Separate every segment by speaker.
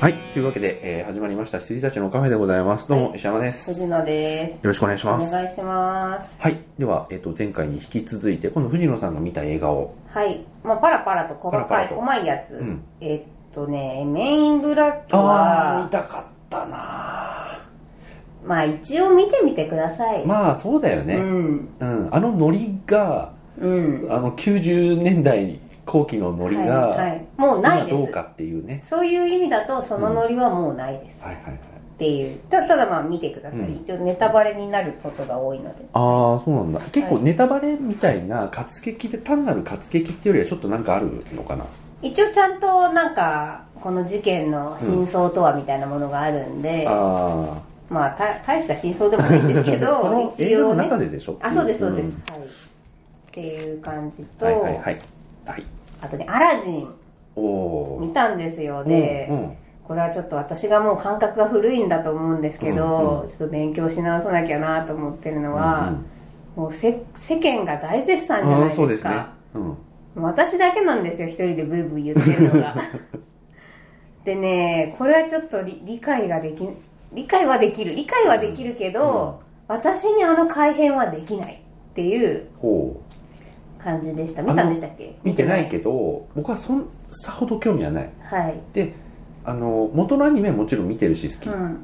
Speaker 1: はい。というわけで、えー始まりました、羊たちのカフェでございます。どうも、石山です。よ
Speaker 2: 藤野です。
Speaker 1: ろしくお願いし
Speaker 2: お
Speaker 1: ます。
Speaker 2: 願いします。
Speaker 1: はい。では、えっ、と、前回に引き続いて、今度藤野さんが見た映画を。
Speaker 2: はい。まあ、パラパラと細
Speaker 1: パラ
Speaker 2: か
Speaker 1: パラ
Speaker 2: い、
Speaker 1: と
Speaker 2: 細いやつ。
Speaker 1: ん
Speaker 2: えっとね、メインブラック
Speaker 1: ー見
Speaker 2: は、
Speaker 1: たかったな
Speaker 2: まあ一応見てみてください。
Speaker 1: ーまあ、そうだよ
Speaker 2: う
Speaker 1: ね。
Speaker 2: ん。
Speaker 1: うん。あのノリが、
Speaker 2: うん。
Speaker 1: あの、90年代後期のノリが、
Speaker 2: はい、はい。もうない
Speaker 1: 今どう
Speaker 2: です。
Speaker 1: かっていうね。
Speaker 2: そういう意味だと、そのノリはもうないです。
Speaker 1: はいはいはい。
Speaker 2: っていう。たただまあ見てください。
Speaker 1: うん
Speaker 2: 一応ネタバレになることが多いので。
Speaker 1: ああ、そうなんだ。結構
Speaker 2: はい
Speaker 1: ネタバレみたいな活劇で、単なる活劇っていうよりはちょっとなんかあるのかな。
Speaker 2: 一応ちゃんとなんか、この事件の真相とはみたいなものがあるんで、
Speaker 1: ああ。
Speaker 2: まあた大した真相でもないんですけど、
Speaker 1: その映画の中ででしょ
Speaker 2: あそうですそうです、
Speaker 1: ん
Speaker 2: はいっていう感じと、
Speaker 1: はいはいはいはい
Speaker 2: あとね「アラジン
Speaker 1: お」お
Speaker 2: 見たんですよ
Speaker 1: ー
Speaker 2: で、
Speaker 1: うんうん
Speaker 2: これはちょっと私がもう感覚が古いんだと思うんですけ
Speaker 1: うん
Speaker 2: ど、
Speaker 1: うん
Speaker 2: ちょっと勉強し直さなきゃなと思ってるのは、もうせ世間が大絶
Speaker 1: う
Speaker 2: 賛じゃ
Speaker 1: ん
Speaker 2: な
Speaker 1: うん
Speaker 2: いですか
Speaker 1: そうですねうん
Speaker 2: もう私だけなんですよ一人でブーブー言って るのがでねこれはちょっと理理解ができ理解はできる理解はできるけど、私にあの改変はできないっていう
Speaker 1: ほう
Speaker 2: 感じでした見たんでしたっけ
Speaker 1: 見てないけど僕はそんさほど興味はない
Speaker 2: はい、
Speaker 1: であの元のアニメもちろん見てるし好き、
Speaker 2: うん、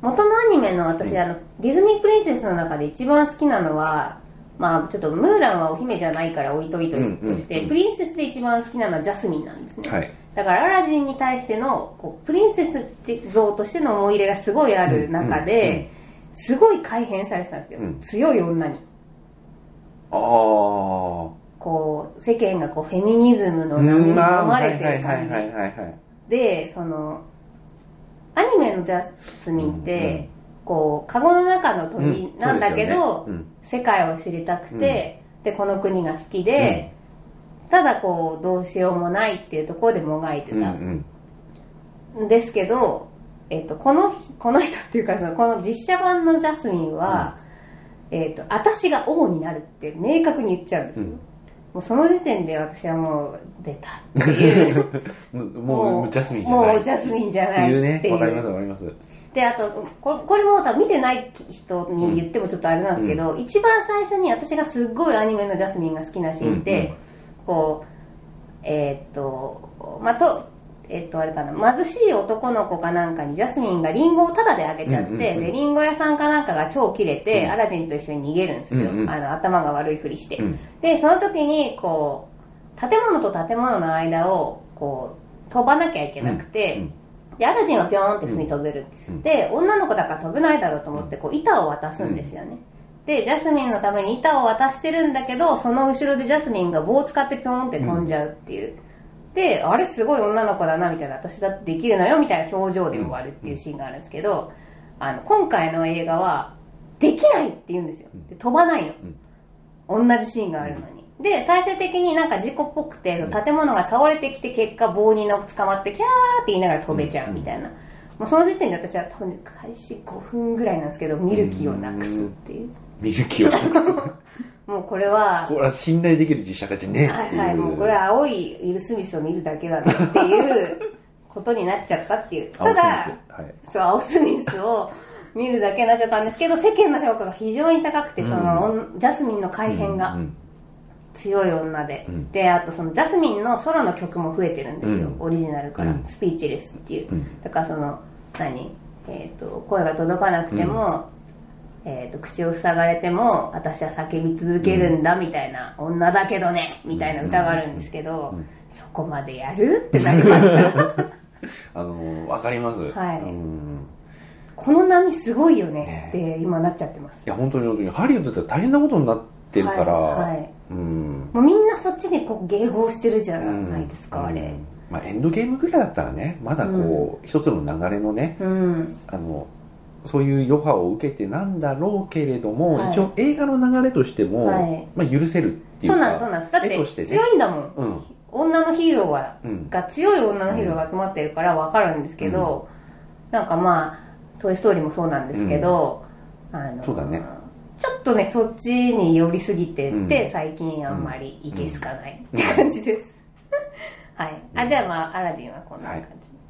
Speaker 2: 元のアニメの私、
Speaker 1: うん
Speaker 2: あのディズニープリンセスの中で一番好きなのはまあちょっとムーランはお姫じゃないから置いといと
Speaker 1: うんうんうん
Speaker 2: として、プリンセスで一番好きなのはジャスミンなんですね、
Speaker 1: はい
Speaker 2: だからアラジンに対してのこうプリンセス像としての思い入れがすごいある中で、
Speaker 1: うんうんうん
Speaker 2: すごい改変されてたんですよ、
Speaker 1: うん
Speaker 2: 強い女に
Speaker 1: ああ
Speaker 2: こう世間がこうフェミニズムの波に飲まれてる感じ
Speaker 1: はいはいはいはいはい
Speaker 2: でそのアニメのジャスミンっ
Speaker 1: うんうん
Speaker 2: て、こうカゴの中の
Speaker 1: うん
Speaker 2: 鳥なんだけ
Speaker 1: そうで
Speaker 2: ど、
Speaker 1: すよね
Speaker 2: 世界を知りたくて、でこの国が好きで、ただこうどうしようもないっていうところでもがいて
Speaker 1: うんうん
Speaker 2: た
Speaker 1: うん
Speaker 2: んですけど、えっと、この日この人っていうかそのこの実写版のジャスミンは、えっと、私が王になるって明確に言っちゃうんですよ、
Speaker 1: うん
Speaker 2: もうその時点で私はもう出たっていう
Speaker 1: もうもうジャスミンじゃない
Speaker 2: もうジャスミンじゃ
Speaker 1: っ
Speaker 2: な
Speaker 1: て
Speaker 2: い
Speaker 1: いうねわかりますわかります
Speaker 2: であとこれこれも多分見てない人に言ってもちょっとあれなんですけど、一番最初に私がすっごいアニメのジャスミンが好きなシーンって、こうえーっとまあとえーっとあれかな貧しい男の子かなんかにジャスミンがリンゴをタダであげちゃって、
Speaker 1: うんうんうん
Speaker 2: でリンゴ屋さんかなんかが超キレて、
Speaker 1: うん
Speaker 2: アラジンと一緒に逃げるんですよ、
Speaker 1: うんうん
Speaker 2: あの頭が悪いふりして、
Speaker 1: うん
Speaker 2: でその時にこう建物と建物の間をこう飛ばなきゃいけなくて、
Speaker 1: うん
Speaker 2: でアラジンはピョーンって普通に飛べる、
Speaker 1: うん
Speaker 2: で女の子だから飛べないだろうと思ってこう板を渡すんですよね、でジャスミンのために板を渡してるんだけどその後ろでジャスミンが棒を使ってピョーンって飛んじゃうっていう、であれすごい女の子だなみたいな私だってできるのよみたいな表情で終わるっていうシーンがあるんですけど、あの今回の映画はできないって言うんですよで飛ばないの、同じシーンがあるのに、で最終的になんか事故っぽくて建物が倒れてきて結果棒にの捕まってキャーって言いながら飛べちゃうみたいな、もうその時点で私は多分開始5分ぐらいなんですけど見る気をなくすっていう
Speaker 1: 見る気をなくす
Speaker 2: もうこれは
Speaker 1: これは信頼できる実写化じゃねえっ
Speaker 2: は
Speaker 1: てい
Speaker 2: い
Speaker 1: う
Speaker 2: はいもうこれは青いウィル・スミスを見るだけだなっていうことになっちゃったっていう
Speaker 1: 青
Speaker 2: た
Speaker 1: い
Speaker 2: だ
Speaker 1: 先生はい
Speaker 2: そう青スミスを見るだけになっちゃったんですけど世間の評価が非常に高くてその、ジャスミンの改変が、
Speaker 1: うんうん
Speaker 2: 強い女で、
Speaker 1: うん
Speaker 2: であとそのジャスミンのソロの曲も増えてるんですよ、
Speaker 1: うん
Speaker 2: オリジナルから、
Speaker 1: うん
Speaker 2: スピーチレスっていう、
Speaker 1: うん
Speaker 2: だからその何、えー、と声が届かなくても、えー、と口を塞がれても私は叫び続けるんだみたいな、女だけどねみたいな歌があるんですけど、そこまでやるってなり ました
Speaker 1: あのわかります
Speaker 2: はい
Speaker 1: うん
Speaker 2: この波すごいよ
Speaker 1: ね
Speaker 2: ねって今なっちゃってます
Speaker 1: いや本当に本当にハリウッドって大変なことになってるから、
Speaker 2: はいはい
Speaker 1: うん
Speaker 2: もうみんなそっちにこう迎合してるじゃ
Speaker 1: うん
Speaker 2: ないですか、あ
Speaker 1: う
Speaker 2: れ
Speaker 1: んまあ、エンドゲームぐらいだったらねまだこう、一つの流れのね
Speaker 2: うん
Speaker 1: あのそういう余波を受けてなんだろうけれども、
Speaker 2: はい
Speaker 1: 一応映画の流れとしても、
Speaker 2: はい
Speaker 1: まあ、許せるっていう
Speaker 2: そう
Speaker 1: か
Speaker 2: なんですそうなんですだっ
Speaker 1: 絵として
Speaker 2: て
Speaker 1: ね
Speaker 2: 強いんだもん
Speaker 1: うん
Speaker 2: 女のヒーローが,、
Speaker 1: うん
Speaker 2: が強い女のヒーローが集まってるから分かるんですけど、なんかまあ「トイ・ストーリー」もそうなんですけど、あの
Speaker 1: そうだね
Speaker 2: ちょっとねそっちに寄りすぎてて、
Speaker 1: うん
Speaker 2: 最近あんまりいけすかないって感じです、はいあじゃあまあ「アラジン」はこんな感じ、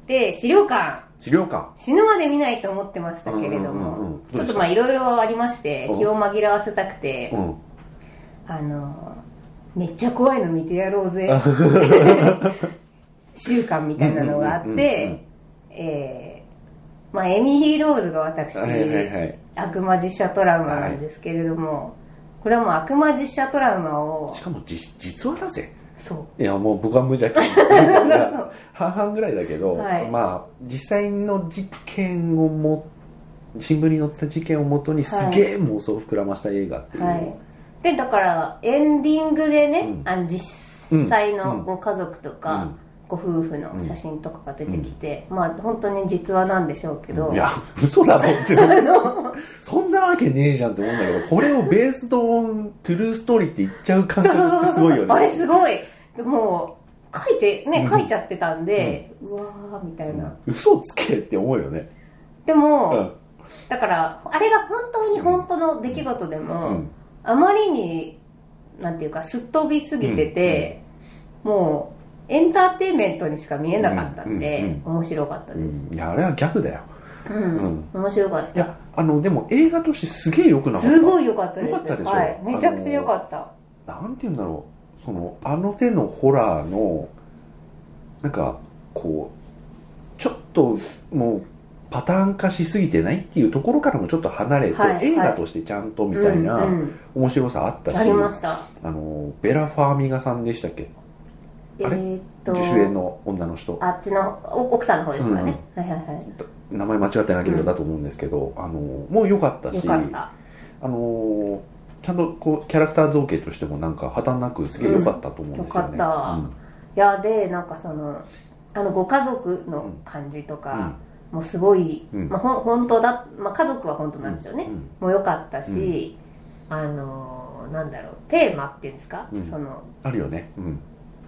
Speaker 2: で資料館
Speaker 1: 資料館
Speaker 2: 死ぬまで見ないと思ってましたけ
Speaker 1: う
Speaker 2: れど
Speaker 1: んうんうんう
Speaker 2: も
Speaker 1: んどうでした
Speaker 2: ちょっとまあいろいろありまして
Speaker 1: うん
Speaker 2: 気を紛らわせたくて
Speaker 1: うん
Speaker 2: あのめっちゃ怖いの見てやろ うぜ週間みたいなのがあ
Speaker 1: うん
Speaker 2: っ
Speaker 1: うんうんうん
Speaker 2: てえーまあエミリー・ローズが私
Speaker 1: はいはいはい
Speaker 2: 悪魔実写トラウマなんですけれどもこれはもう悪魔実写トラウマを
Speaker 1: しかも実実話だぜ
Speaker 2: そう
Speaker 1: いやもう僕は無邪気 いや半々ぐらいだけど、
Speaker 2: はい
Speaker 1: まあ実際の事件をも新聞に載った事件をもとにすげえ妄想を膨らました映画っていうのを、
Speaker 2: はい、でだからエンディングでね、
Speaker 1: うん
Speaker 2: あの実際
Speaker 1: う
Speaker 2: の
Speaker 1: ん
Speaker 2: ご家族とか、
Speaker 1: うん
Speaker 2: ご夫婦の写真とかが出てきて、まあ本当に実話なんでしょうけど、
Speaker 1: いや嘘だろ ってそんなわけねえじゃんって思うんだけどこれをベースドオントゥルーストーリーって言っちゃう感
Speaker 2: そうそうそう
Speaker 1: 覚って
Speaker 2: そう
Speaker 1: すごいよね
Speaker 2: あれすごいもう書いてね
Speaker 1: うん
Speaker 2: 書いちゃってたんで、うわーみたいな、
Speaker 1: 嘘つけって思うよね
Speaker 2: で
Speaker 1: う
Speaker 2: も、
Speaker 1: ん
Speaker 2: だからあれが本当に本当の出来事で
Speaker 1: う
Speaker 2: も、
Speaker 1: ん
Speaker 2: あまりになんていうかすっ飛びすぎてて、もうエンターテインメントにしか見えなかったんで、
Speaker 1: うんうん
Speaker 2: 面白かった
Speaker 1: う
Speaker 2: です、
Speaker 1: んいやあれはギャグだよ
Speaker 2: うん、面白かっ
Speaker 1: いやあのでも映画としてすげえ良くな
Speaker 2: た。
Speaker 1: かった
Speaker 2: すごい良かったです。
Speaker 1: 良かったでしょ
Speaker 2: はい。めちゃくちゃ良かった。
Speaker 1: なんて言うんだろうそのあの手のホラーのなんかこうちょっともうパターン化しすぎてないっていうところからもちょっと離れて、
Speaker 2: はいはい
Speaker 1: 映画としてちゃんとみたいな
Speaker 2: うんうん
Speaker 1: 面白さあったし、
Speaker 2: ありました。
Speaker 1: あのベラ・ファーミガさんでしたっけ
Speaker 2: え
Speaker 1: あれ
Speaker 2: ーっと、
Speaker 1: 主演の女の人
Speaker 2: あっちのお奥さんの方ですかね。はいはいは
Speaker 1: 名前間違ってなければだと思うんですけど、あのもう良かった
Speaker 2: い。よ
Speaker 1: し
Speaker 2: かった。
Speaker 1: あのちゃんとこうキャラクター造形としてもなんか破綻なくすげえ良かったと思うんですよね、
Speaker 2: うん良かったいやでなんかそのあのご家族の感じとか、もうすごい、
Speaker 1: うん
Speaker 2: まあほん本当だ、まあ家族は本当なんでしょうね。
Speaker 1: うん
Speaker 2: もう良かったし、あのーなんだろうテーマっていうんですか、
Speaker 1: うん
Speaker 2: その
Speaker 1: あるよねうん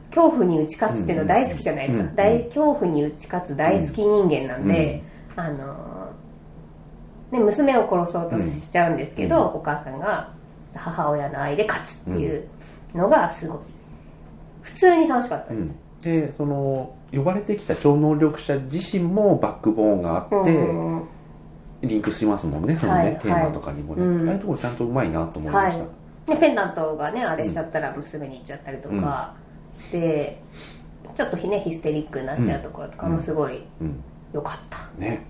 Speaker 2: 恐怖に打ち勝つっていうの大好きじゃないですか、
Speaker 1: うんうん
Speaker 2: 大恐怖に打ち勝つ大好き人間なんで、あのーね、娘を殺そうとしちゃうんですけど、お母さんが母親の愛で勝つっていうのがすごい普通に楽しかったです、
Speaker 1: でその呼ばれてきた超能力者自身もバックボーンがあって、
Speaker 2: うん
Speaker 1: リンクしますもんねそのね、
Speaker 2: はい
Speaker 1: テーマとかにもね、
Speaker 2: うん
Speaker 1: ああいうところちゃんとうまいなと思いました、
Speaker 2: はでペンダントがねあれしちゃったら娘に行っちゃったりとか、でちょっとひねヒステリックになっちゃうところとかもすごい
Speaker 1: うん
Speaker 2: 良かった、
Speaker 1: ね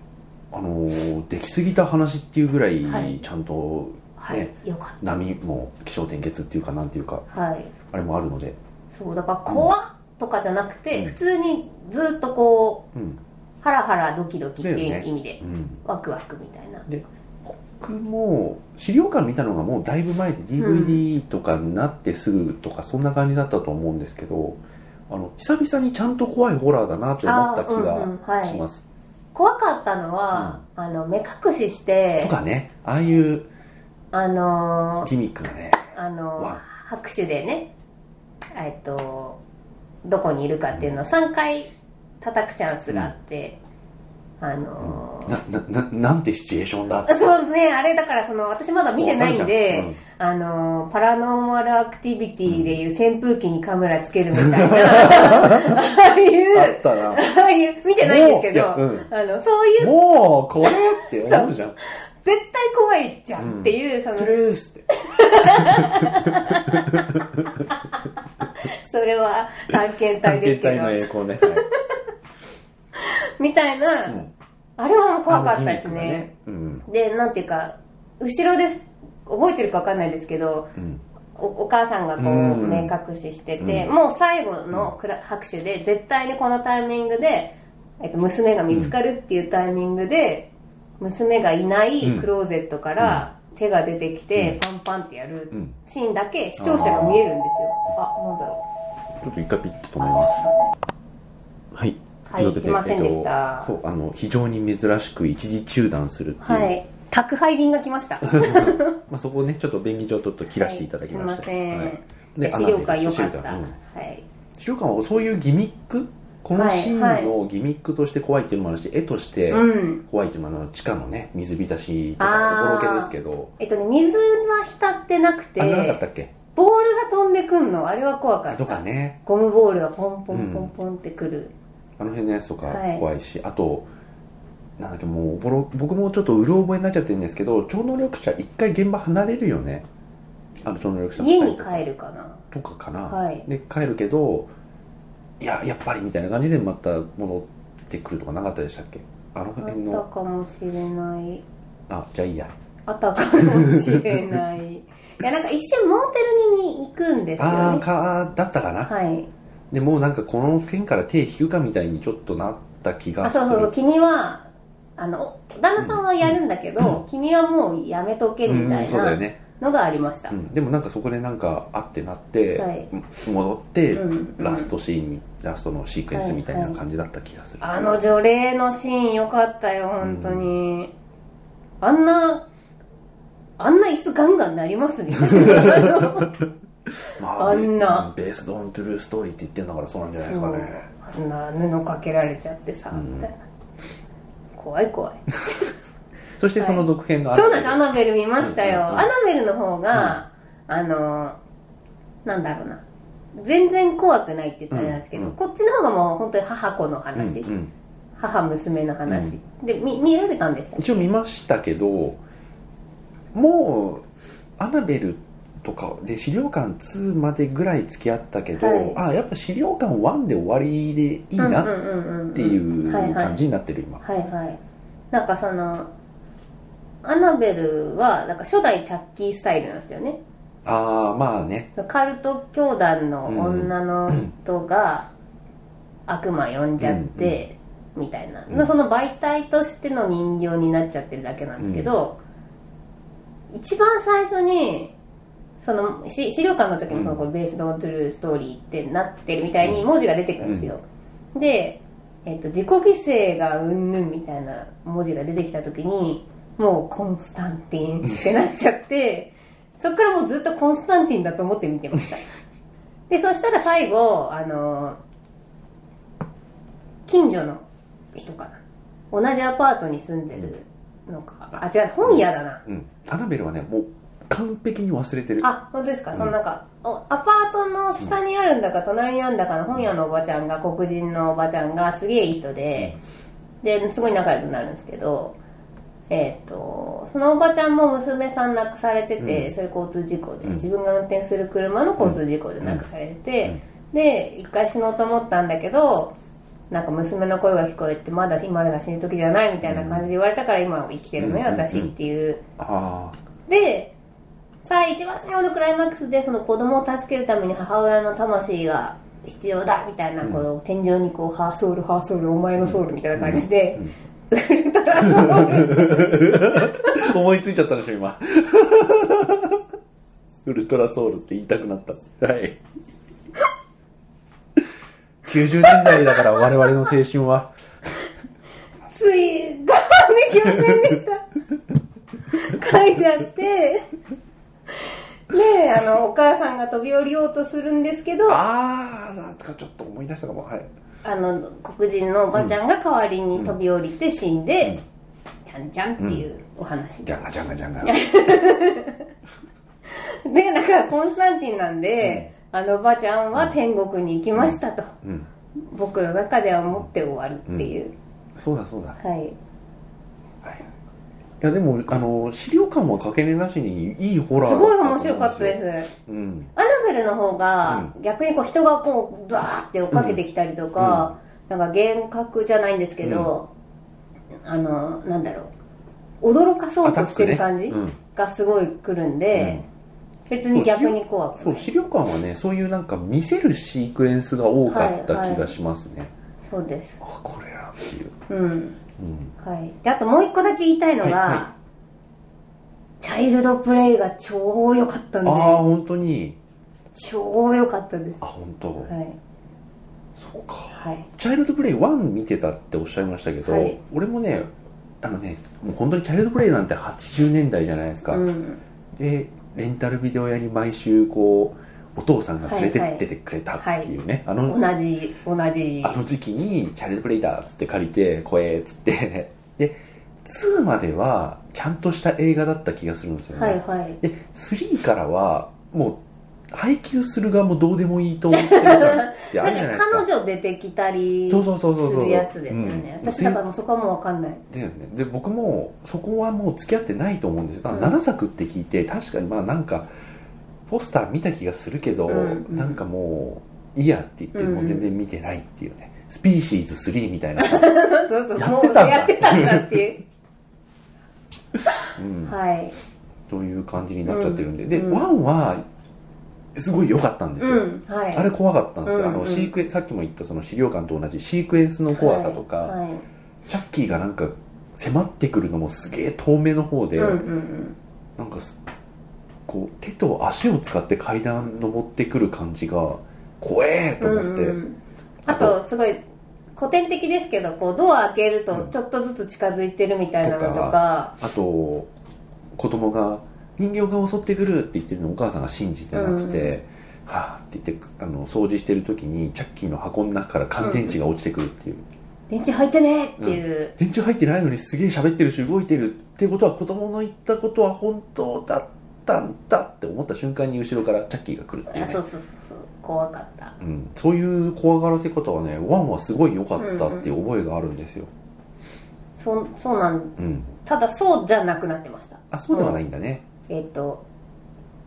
Speaker 1: あのーできすぎた話っていうぐら
Speaker 2: はい
Speaker 1: いちゃんと
Speaker 2: は
Speaker 1: ね
Speaker 2: い良かっ
Speaker 1: 波も気象転結っていうかなんていうか
Speaker 2: たはい
Speaker 1: あれもあるので、
Speaker 2: そうだから怖っとかじゃなくて、
Speaker 1: うん
Speaker 2: 普通にずっとこ
Speaker 1: うん
Speaker 2: うハラハラドキドキって
Speaker 1: だ
Speaker 2: い
Speaker 1: よ
Speaker 2: う
Speaker 1: ね
Speaker 2: 意味で、
Speaker 1: うん、
Speaker 2: ワクワクみたいな
Speaker 1: 僕も資料館見たのがもうだいぶ前で DVD とかになってすぐとかそんな感じだったと思うんですけどあの久々にちゃんと怖いホラーだなと思った気
Speaker 2: あーうんうんは
Speaker 1: が
Speaker 2: い
Speaker 1: します、
Speaker 2: 怖かったのは、あの目隠しして
Speaker 1: とかねああいう
Speaker 2: あのー
Speaker 1: ギミックがね
Speaker 2: あのー
Speaker 1: わ
Speaker 2: 拍手でねえっとどこにいるかっていうのを3回叩くチャンスがあって、あのー
Speaker 1: ななななんてシチュエーションだって
Speaker 2: そうですねあれだからその私まだ見てないんで、
Speaker 1: わかる
Speaker 2: あのーパラノーマルアクティビティでいう扇風機にカメラつける みたいなああいう
Speaker 1: じゃんあったな
Speaker 2: ああいう見てないんですけど、
Speaker 1: もういや
Speaker 2: あのそういう
Speaker 1: もうこれって思うじゃん
Speaker 2: 絶対怖いじゃんっていう、その
Speaker 1: トゥルースって
Speaker 2: それは探検隊ですけ
Speaker 1: 携帯
Speaker 2: ど
Speaker 1: の栄光ね
Speaker 2: みたいな、
Speaker 1: はいうん
Speaker 2: あれはもう怖かったです
Speaker 1: あのギミックが
Speaker 2: ね
Speaker 1: うん
Speaker 2: でなんていうか後ろです覚えてるか分かんないですけど
Speaker 1: うん
Speaker 2: おお母さんがこう
Speaker 1: うん
Speaker 2: 目隠ししてて、
Speaker 1: う
Speaker 2: もう最後のくら拍手で絶対にこのタイミングで、えっと、娘が見つかるっていうタイミングで、娘がいないクローゼットから手が出てきて、パンパンってやる
Speaker 1: うん
Speaker 2: シーンだけ視聴者が見えるんですよあなんだろ
Speaker 1: ちょっと一回ピッと
Speaker 2: う
Speaker 1: 止めますはい。
Speaker 2: はい
Speaker 1: とうこと
Speaker 2: すいませんでした
Speaker 1: えっとそう、あの、非常に珍しく一時中断するっていう。
Speaker 2: はい宅配便が来ました
Speaker 1: まあ、そこをね、ちょっと便宜上ちょっと切らせていただきました。
Speaker 2: はいすいません
Speaker 1: で
Speaker 2: 資料館
Speaker 1: あの
Speaker 2: 良かっ
Speaker 1: 資料
Speaker 2: た、
Speaker 1: 館うん
Speaker 2: はい
Speaker 1: 資料館はそういうギミックこのシーンのギミックとして怖いっていうのもあるし、絵として
Speaker 2: うん
Speaker 1: 怖いっていうのもある地下のね、水浸しと
Speaker 2: あー
Speaker 1: か、おぼろけですけど、
Speaker 2: えっとね、水は浸ってなくて、
Speaker 1: あんななかったっけ
Speaker 2: ボールが飛んでくんの、あれは怖かった。
Speaker 1: とかね。
Speaker 2: ゴムボールがポンポンポンポンってくる。
Speaker 1: あの辺のやつとか
Speaker 2: はい
Speaker 1: 怖いし、あとなんだっけもうおぼろ僕もちょっとうろ覚えになっちゃってるんですけど超能力者一回現場離れるよねあの超能力者の
Speaker 2: 家に
Speaker 1: 最後
Speaker 2: 帰るかな
Speaker 1: とかかな、
Speaker 2: はい
Speaker 1: で帰るけどいややっぱりみたいな感じでまた戻ってくるとかなかったでしたっけあの
Speaker 2: あ
Speaker 1: 辺
Speaker 2: った
Speaker 1: の
Speaker 2: かもしれない
Speaker 1: あじゃあいいや
Speaker 2: あったかもしれないいやなんか一瞬モーテルに行くんですよ
Speaker 1: ああ
Speaker 2: ね
Speaker 1: かだったかな、
Speaker 2: はい
Speaker 1: でもうなんかこの件から手引くかみたいにちょっとなった気が
Speaker 2: あ
Speaker 1: する
Speaker 2: そうそうそう君はあのお旦那さんはやるんだけど、君はもうやめとけみた
Speaker 1: うん
Speaker 2: い
Speaker 1: そうだよ
Speaker 2: な
Speaker 1: ね、
Speaker 2: のがありました、
Speaker 1: うん、でもなんかそこでなんかあってなって、
Speaker 2: はい
Speaker 1: 戻って、
Speaker 2: うん
Speaker 1: ラストシーンラストのシークエンスみたいな感じだった気がする、
Speaker 2: あの除霊のシーンよかったよ本当に、あんなあんな椅子ガンガンなりますみたいなあの
Speaker 1: ま
Speaker 2: あんな
Speaker 1: ベースドオントゥルーストーリーって言ってんだからそうなんじゃないですかね
Speaker 2: そうあんな布かけられちゃってさ、
Speaker 1: うん
Speaker 2: みたいな怖い怖い
Speaker 1: そしてその続編の
Speaker 2: そうなんですアナベル見ましたよ、
Speaker 1: うんうんうん
Speaker 2: アナベルの方が、あのなんだろうな全然怖くないって言ったらあれなんですけど、
Speaker 1: うんうん
Speaker 2: こっちの方がもう本当に母子の話、
Speaker 1: うんうん
Speaker 2: 母娘の話、で見見られたんでしたっけ
Speaker 1: 一応見ましたけどもうアナベルとかで資料館2までぐらい付き合ったけど、
Speaker 2: はい
Speaker 1: あやっぱ資料館1で終わりでいいなっ
Speaker 2: うんうんうんうん
Speaker 1: ていう
Speaker 2: はいはい
Speaker 1: 感じになってる今、
Speaker 2: はいはいなんかそのアナベルはなんか初代チャッキースタイルなんですよね
Speaker 1: ああまあね
Speaker 2: そのカルト教団の女の人が悪魔呼んじゃってみたいな、
Speaker 1: うん
Speaker 2: その媒体としての人形になっちゃってるだけなんですけど、一番最初にそのし資料館の時もそのこうベースドオントゥルーストーリーってなってるみたいに文字が出てくるんですよ、で、えっと自己犠牲がうんぬんみたいな文字が出てきた時にもうコンスタンティンってなっちゃって そっからもうずっとコンスタンティンだと思って見てましたでそしたら最後あの近所の人かな同じアパートに住んでるのか、あ違う本屋だな、
Speaker 1: うんアナベルはねもう完璧に忘れてる
Speaker 2: あ本当ですか、
Speaker 1: うん
Speaker 2: そのなんかおアパートの下にあるんだか隣にあるんだかの本屋のおばちゃんが黒人のおばちゃんがすげえいい人でですごい仲良くなるんですけどえっ、とそのおばちゃんも娘さん亡くされてて、
Speaker 1: うん
Speaker 2: それ交通事故で、
Speaker 1: うん
Speaker 2: 自分が運転する車の交通事故で亡くされてて、で一回死のうと思ったんだけどなんか娘の声が聞こえてまだ今が死ぬ時じゃないみたいな感じで言われたから今生きてるのよ、
Speaker 1: うんうんうん
Speaker 2: 私っていう。
Speaker 1: あ
Speaker 2: でさあ一番最後のクライマックスでその子供を助けるために母親の魂が必要だみたいな、
Speaker 1: うん
Speaker 2: この天井にこう「ハーソウルハーソウルお前のソウル」みたいな感じで、
Speaker 1: うん
Speaker 2: ウルトラソウル
Speaker 1: あ 思いついちゃったでしょ今 ウルトラソウルって言いたくなったはい90年代だから我々の青春は
Speaker 2: つい我慢できませんでした書いてあってであのお母さんが飛び降りようとするんですけど
Speaker 1: ああなんとかちょっと思い出したかもはい
Speaker 2: あの黒人のおばちゃんが代わりに飛び降りて死んで、ちゃんちゃんっていうお話
Speaker 1: ジャンガジャンガジャンガ
Speaker 2: でだからコンスタンティンなんで、あのおばちゃんは天国に行きましたと、
Speaker 1: うん
Speaker 2: 僕の中では思って終わるっていう、
Speaker 1: そうだそうだ
Speaker 2: はい
Speaker 1: はいいやでもあの資料館はかけねなしにいいホラー
Speaker 2: す
Speaker 1: だと
Speaker 2: ごい
Speaker 1: 思うん
Speaker 2: 面白かった
Speaker 1: す
Speaker 2: です
Speaker 1: ようん
Speaker 2: アナベルの方が逆にこう人がこうバーって追っかけてきたりとか、なんか幻覚じゃないんですけど、あのなんだろう驚かそうとしてる感じ
Speaker 1: アタックね
Speaker 2: がすごい来るんで、別に逆に怖く
Speaker 1: そ
Speaker 2: な
Speaker 1: う
Speaker 2: い
Speaker 1: 資料館はねそういうなんか見せるシークエンスが多かった気がしますね、
Speaker 2: そうです
Speaker 1: あこれやっていう、
Speaker 2: うん
Speaker 1: うん、
Speaker 2: はい、であともう一個だけ言いたいのが、
Speaker 1: はいは
Speaker 2: チャイルドプレイが超良かったん
Speaker 1: あ
Speaker 2: で
Speaker 1: あ本当に
Speaker 2: 超良かったです
Speaker 1: あ
Speaker 2: は
Speaker 1: 本当、
Speaker 2: い
Speaker 1: そうか
Speaker 2: はい
Speaker 1: チャイルドプレイ1見てたっておっしゃいましたけど、
Speaker 2: はい
Speaker 1: 俺もねあのねもう本当にチャイルドプレイなんて80年代じゃないですか、
Speaker 2: うん
Speaker 1: でレンタルビデオ屋に毎週こうお父さんが連れてっててくれたっていうね、あの
Speaker 2: 同じ同じ
Speaker 1: あの時期にチャイルドプレイだっつって借りて 怖えっつってで2まではちゃんとした映画だった気がするんですよね、
Speaker 2: はいはい
Speaker 1: で3からはもう配給する側もどうでもいいと思ってるからってあ
Speaker 2: な
Speaker 1: る
Speaker 2: ん
Speaker 1: じゃないで
Speaker 2: か
Speaker 1: す か
Speaker 2: 彼女出てきたり
Speaker 1: そう
Speaker 2: す
Speaker 1: そうそうそうそう
Speaker 2: るやつですよね
Speaker 1: うん
Speaker 2: 私だからもうそこはもう分か んない
Speaker 1: だよね、で僕もそこはもう付き合ってないと思うんですよ、ただ
Speaker 2: うん
Speaker 1: 7作って聞いて確かにまあなんかポスター見た気がするけど、
Speaker 2: うんうん
Speaker 1: なんかもういいやって言って
Speaker 2: うんうん
Speaker 1: もう全然見てないっていうね、スピーシーズ3みたいな、
Speaker 2: そうそう
Speaker 1: や
Speaker 2: も
Speaker 1: っ
Speaker 2: う
Speaker 1: てたんだ
Speaker 2: やってたんだっていう
Speaker 1: うん、
Speaker 2: はい
Speaker 1: という感じになっちゃってるんで、で、
Speaker 2: うん
Speaker 1: ワン1はすごい良かったんですよ、
Speaker 2: うんはい
Speaker 1: あれ怖かったんですよ、
Speaker 2: うんうん
Speaker 1: あのシークエンさっきも言ったその資料館と同じシークエンスの怖さとか、
Speaker 2: はいはい
Speaker 1: チャッキーがなんか迫ってくるのもすげえ遠目の方で、
Speaker 2: うんうん
Speaker 1: なんかすこう手と足を使って階段登ってくる感じが怖え
Speaker 2: う
Speaker 1: と
Speaker 2: ん
Speaker 1: 思って、
Speaker 2: うんうんあとすごい古典的ですけどこうドア開けるとちょっとずつ近づいてるみたいなのと
Speaker 1: と
Speaker 2: か
Speaker 1: あと子供が「人形が襲ってくる」って言ってるのをお母さんが信じてなくて。はあって言ってあの掃除してる時にチャッキーの箱の中から乾電池が落ちてくるっていう、
Speaker 2: 電池入ってねっていう
Speaker 1: 電池入ってないのにすげえ喋ってるし動いてるってことは子供の言ったことは本当だったんだって思った瞬間に後ろからチャッキーが来るっていう、
Speaker 2: あ
Speaker 1: ね
Speaker 2: そうそうそうそう怖かった
Speaker 1: うん、そういう怖がらせ方はねワンはすごい良かったっていう覚えがあるんですよ、
Speaker 2: そそうなん
Speaker 1: うん
Speaker 2: ただそうじゃなくなってました
Speaker 1: あそうではないんだね、
Speaker 2: えっ、と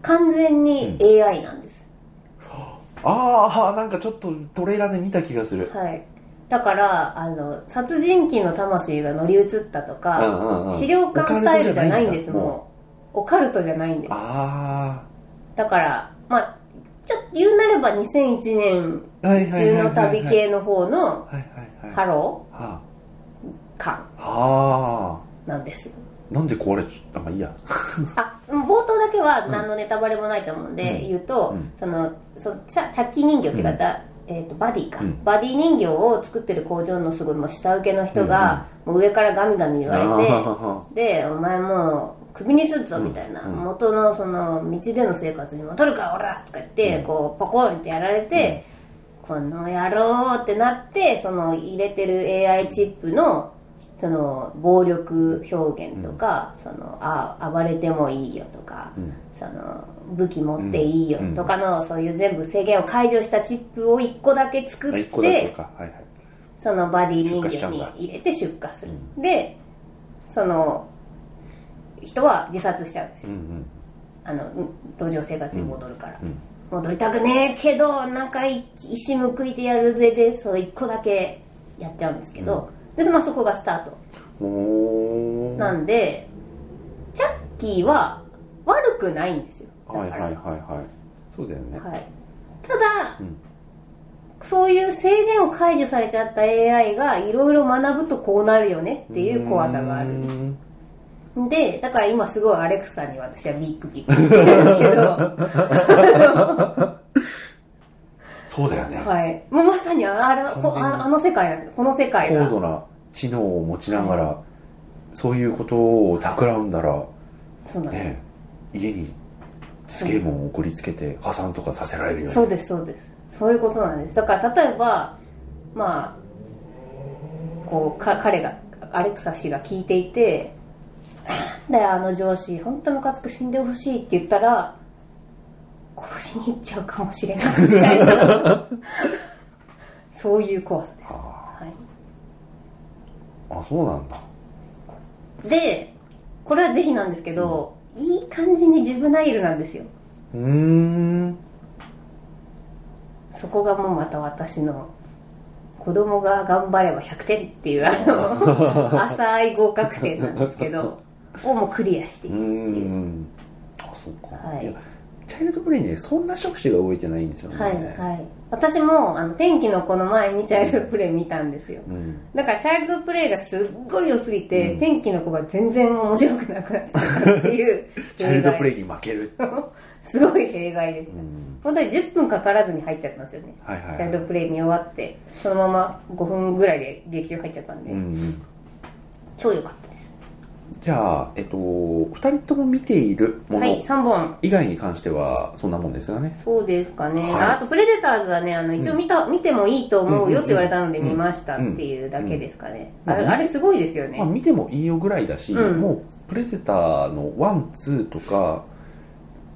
Speaker 2: 完全に AI なんです、
Speaker 1: ああなんかちょっとトレーラーで見た気がする
Speaker 2: はいだからあの殺人鬼の魂が乗り移ったとか、資料館スタイルじゃないんですもうオカルトじゃないんで
Speaker 1: う
Speaker 2: す
Speaker 1: あ
Speaker 2: だからまあちょっと言うなれば2001年
Speaker 1: あはいはいはい
Speaker 2: 中
Speaker 1: はい
Speaker 2: の旅系の方の
Speaker 1: はいはいはい
Speaker 2: ハロ
Speaker 1: は
Speaker 2: ー感
Speaker 1: あはあ
Speaker 2: なんですよ
Speaker 1: なんで壊れちゃあまあいいや
Speaker 2: あ冒頭だけは何のネタバレもないと思うんで、
Speaker 1: うん
Speaker 2: 言うと、
Speaker 1: うん
Speaker 2: そのそのチャチャッキー人形って方、えー、とバディか、
Speaker 1: うん
Speaker 2: バディ人形を作ってる工場のすごいもう下請けの人が、もう上からガミガミ言われて
Speaker 1: あ
Speaker 2: でお前もうクビにすっぞみたいな、
Speaker 1: うんうん
Speaker 2: 元のその道での生活に戻るか俺らとか言って、
Speaker 1: うん
Speaker 2: こうポコンってやられて、この野郎ってなってその入れてる AI チップのその暴力表現とか、そのあ暴れてもいいよとか、
Speaker 1: うん
Speaker 2: その武器持っていいよ
Speaker 1: うん
Speaker 2: とかの、そういう全部制限を解除したチップを1個だけ作
Speaker 1: あ一
Speaker 2: っ
Speaker 1: 個だけ
Speaker 2: て
Speaker 1: かはいはい
Speaker 2: そのバディ人
Speaker 1: 出荷しち
Speaker 2: 形
Speaker 1: ゃうん
Speaker 2: に
Speaker 1: だ
Speaker 2: 入れて出荷する、でその人は自殺しちゃうんです
Speaker 1: う
Speaker 2: よ、
Speaker 1: んうん
Speaker 2: あの路上生活に戻るから、
Speaker 1: うん
Speaker 2: 戻りたくねえけどなんか一石報いてやるぜでその1個だけやっちゃうんですけど、でまあ、そこがスタート
Speaker 1: おー
Speaker 2: なんでチャッキーは悪くないんですよだか
Speaker 1: は
Speaker 2: ら
Speaker 1: いはいはいはいそうだよね
Speaker 2: はい、ただ、
Speaker 1: うん
Speaker 2: そういう制限を解除されちゃった AI がいろいろ学ぶとこうなるよねっていう怖さがあ
Speaker 1: う
Speaker 2: る
Speaker 1: ーん
Speaker 2: でだから今すごいアレクサに私はビックビックしてるんですけ ど
Speaker 1: そうだよね
Speaker 2: はいもうまさにあらこああの世界なんですこの世界
Speaker 1: 高
Speaker 2: が
Speaker 1: 度な知能を持ちながら、そういうことを企んだら、
Speaker 2: そうなんです、
Speaker 1: ね、家にすげえもんを送りつけて破産とかさせられるよね
Speaker 2: そうですそうですそういうことなんですだから例えばまあこうか彼がアレクサ氏が聞いていて「なんだよあの上司本当ムカつく死んでほしい」って言ったら殺しに行っちゃうかもしれないみたいなそういう怖さです、
Speaker 1: あ
Speaker 2: は
Speaker 1: あそうなんだ
Speaker 2: い、でこれはぜひなんですけど、いい感じにジュブナイルなんですよ
Speaker 1: うーん
Speaker 2: そこがもうまた私の子供が頑張れば100点っていうあ の浅い合格点なんですけどをもうクリアして
Speaker 1: う
Speaker 2: い
Speaker 1: ー
Speaker 2: くっていう、
Speaker 1: んあそうか、
Speaker 2: はい
Speaker 1: やチャイルドプレイねそんな触手が動いてないんですよね
Speaker 2: はいはい私もあの天気の子の前にチャイルドプレイ見たんですよ
Speaker 1: うん、
Speaker 2: だからチャイルドプレイがすっごい良すぎて、
Speaker 1: うん
Speaker 2: 天気の子が全然面白くなくなっちゃったって いう
Speaker 1: チャイルドプ
Speaker 2: イ
Speaker 1: レイに負ける、
Speaker 2: すごい弊害でし
Speaker 1: う
Speaker 2: た、
Speaker 1: ん、
Speaker 2: 本当に10分かからずに入っちゃったんですよね
Speaker 1: はいはい
Speaker 2: チャイ
Speaker 1: は
Speaker 2: ル
Speaker 1: い
Speaker 2: ドプレイ見終わってそのまま5分ぐらいで劇場入っちゃったんで、
Speaker 1: うんうん
Speaker 2: 超良かったです
Speaker 1: じゃあえっと2人とも見ているも
Speaker 2: は
Speaker 1: の
Speaker 2: い、3本。
Speaker 1: 以外に関してはそんなもんですがね
Speaker 2: そうですかね。
Speaker 1: はい
Speaker 2: あと、プレデターズはね、あの、一応見た、見てもいいと思うよって言われたので
Speaker 1: うんうん
Speaker 2: 見ましたっていうだけですかね。
Speaker 1: うん
Speaker 2: あれ、あれすごいですよ
Speaker 1: まあ、
Speaker 2: ね。
Speaker 1: 見てもいいよぐらいだし、
Speaker 2: うん
Speaker 1: もうプレデターのワンツーとか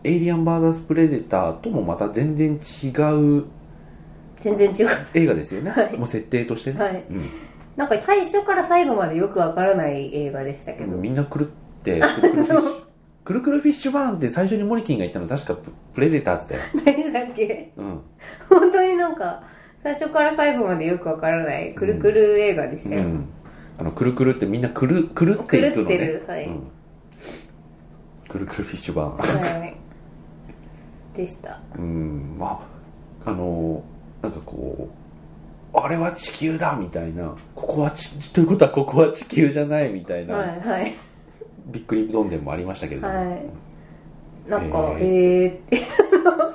Speaker 1: エイリアン・バーザス・プレデターともまた全然違う
Speaker 2: 全然違う
Speaker 1: 映画ですよね、
Speaker 2: はい
Speaker 1: もう設定としてね、
Speaker 2: はい
Speaker 1: うん
Speaker 2: なんか最初から最後までよくわからない映画でしたけど、
Speaker 1: みんな狂ってくるくるフィッシュくるくるフィッシュバーンって最初にモリキンが言ったの確かププレデターズだよ、
Speaker 2: 何だっけ
Speaker 1: うん、
Speaker 2: 本当になんか最初から最後までよくわからないくるくる映画でした
Speaker 1: う
Speaker 2: よ、
Speaker 1: ん、あのくるくるってみんなくるくるっていくのね
Speaker 2: 狂ってるはい
Speaker 1: うん、くるくるフィッシュバー
Speaker 2: はいでした
Speaker 1: ンうんまああのなんかこうあれは地球だみたいなここはちということはここは地球じゃないみたいな、
Speaker 2: はいはい
Speaker 1: びっくりどんでんもありましたけれども、
Speaker 2: はいなんか
Speaker 1: え
Speaker 2: えー、って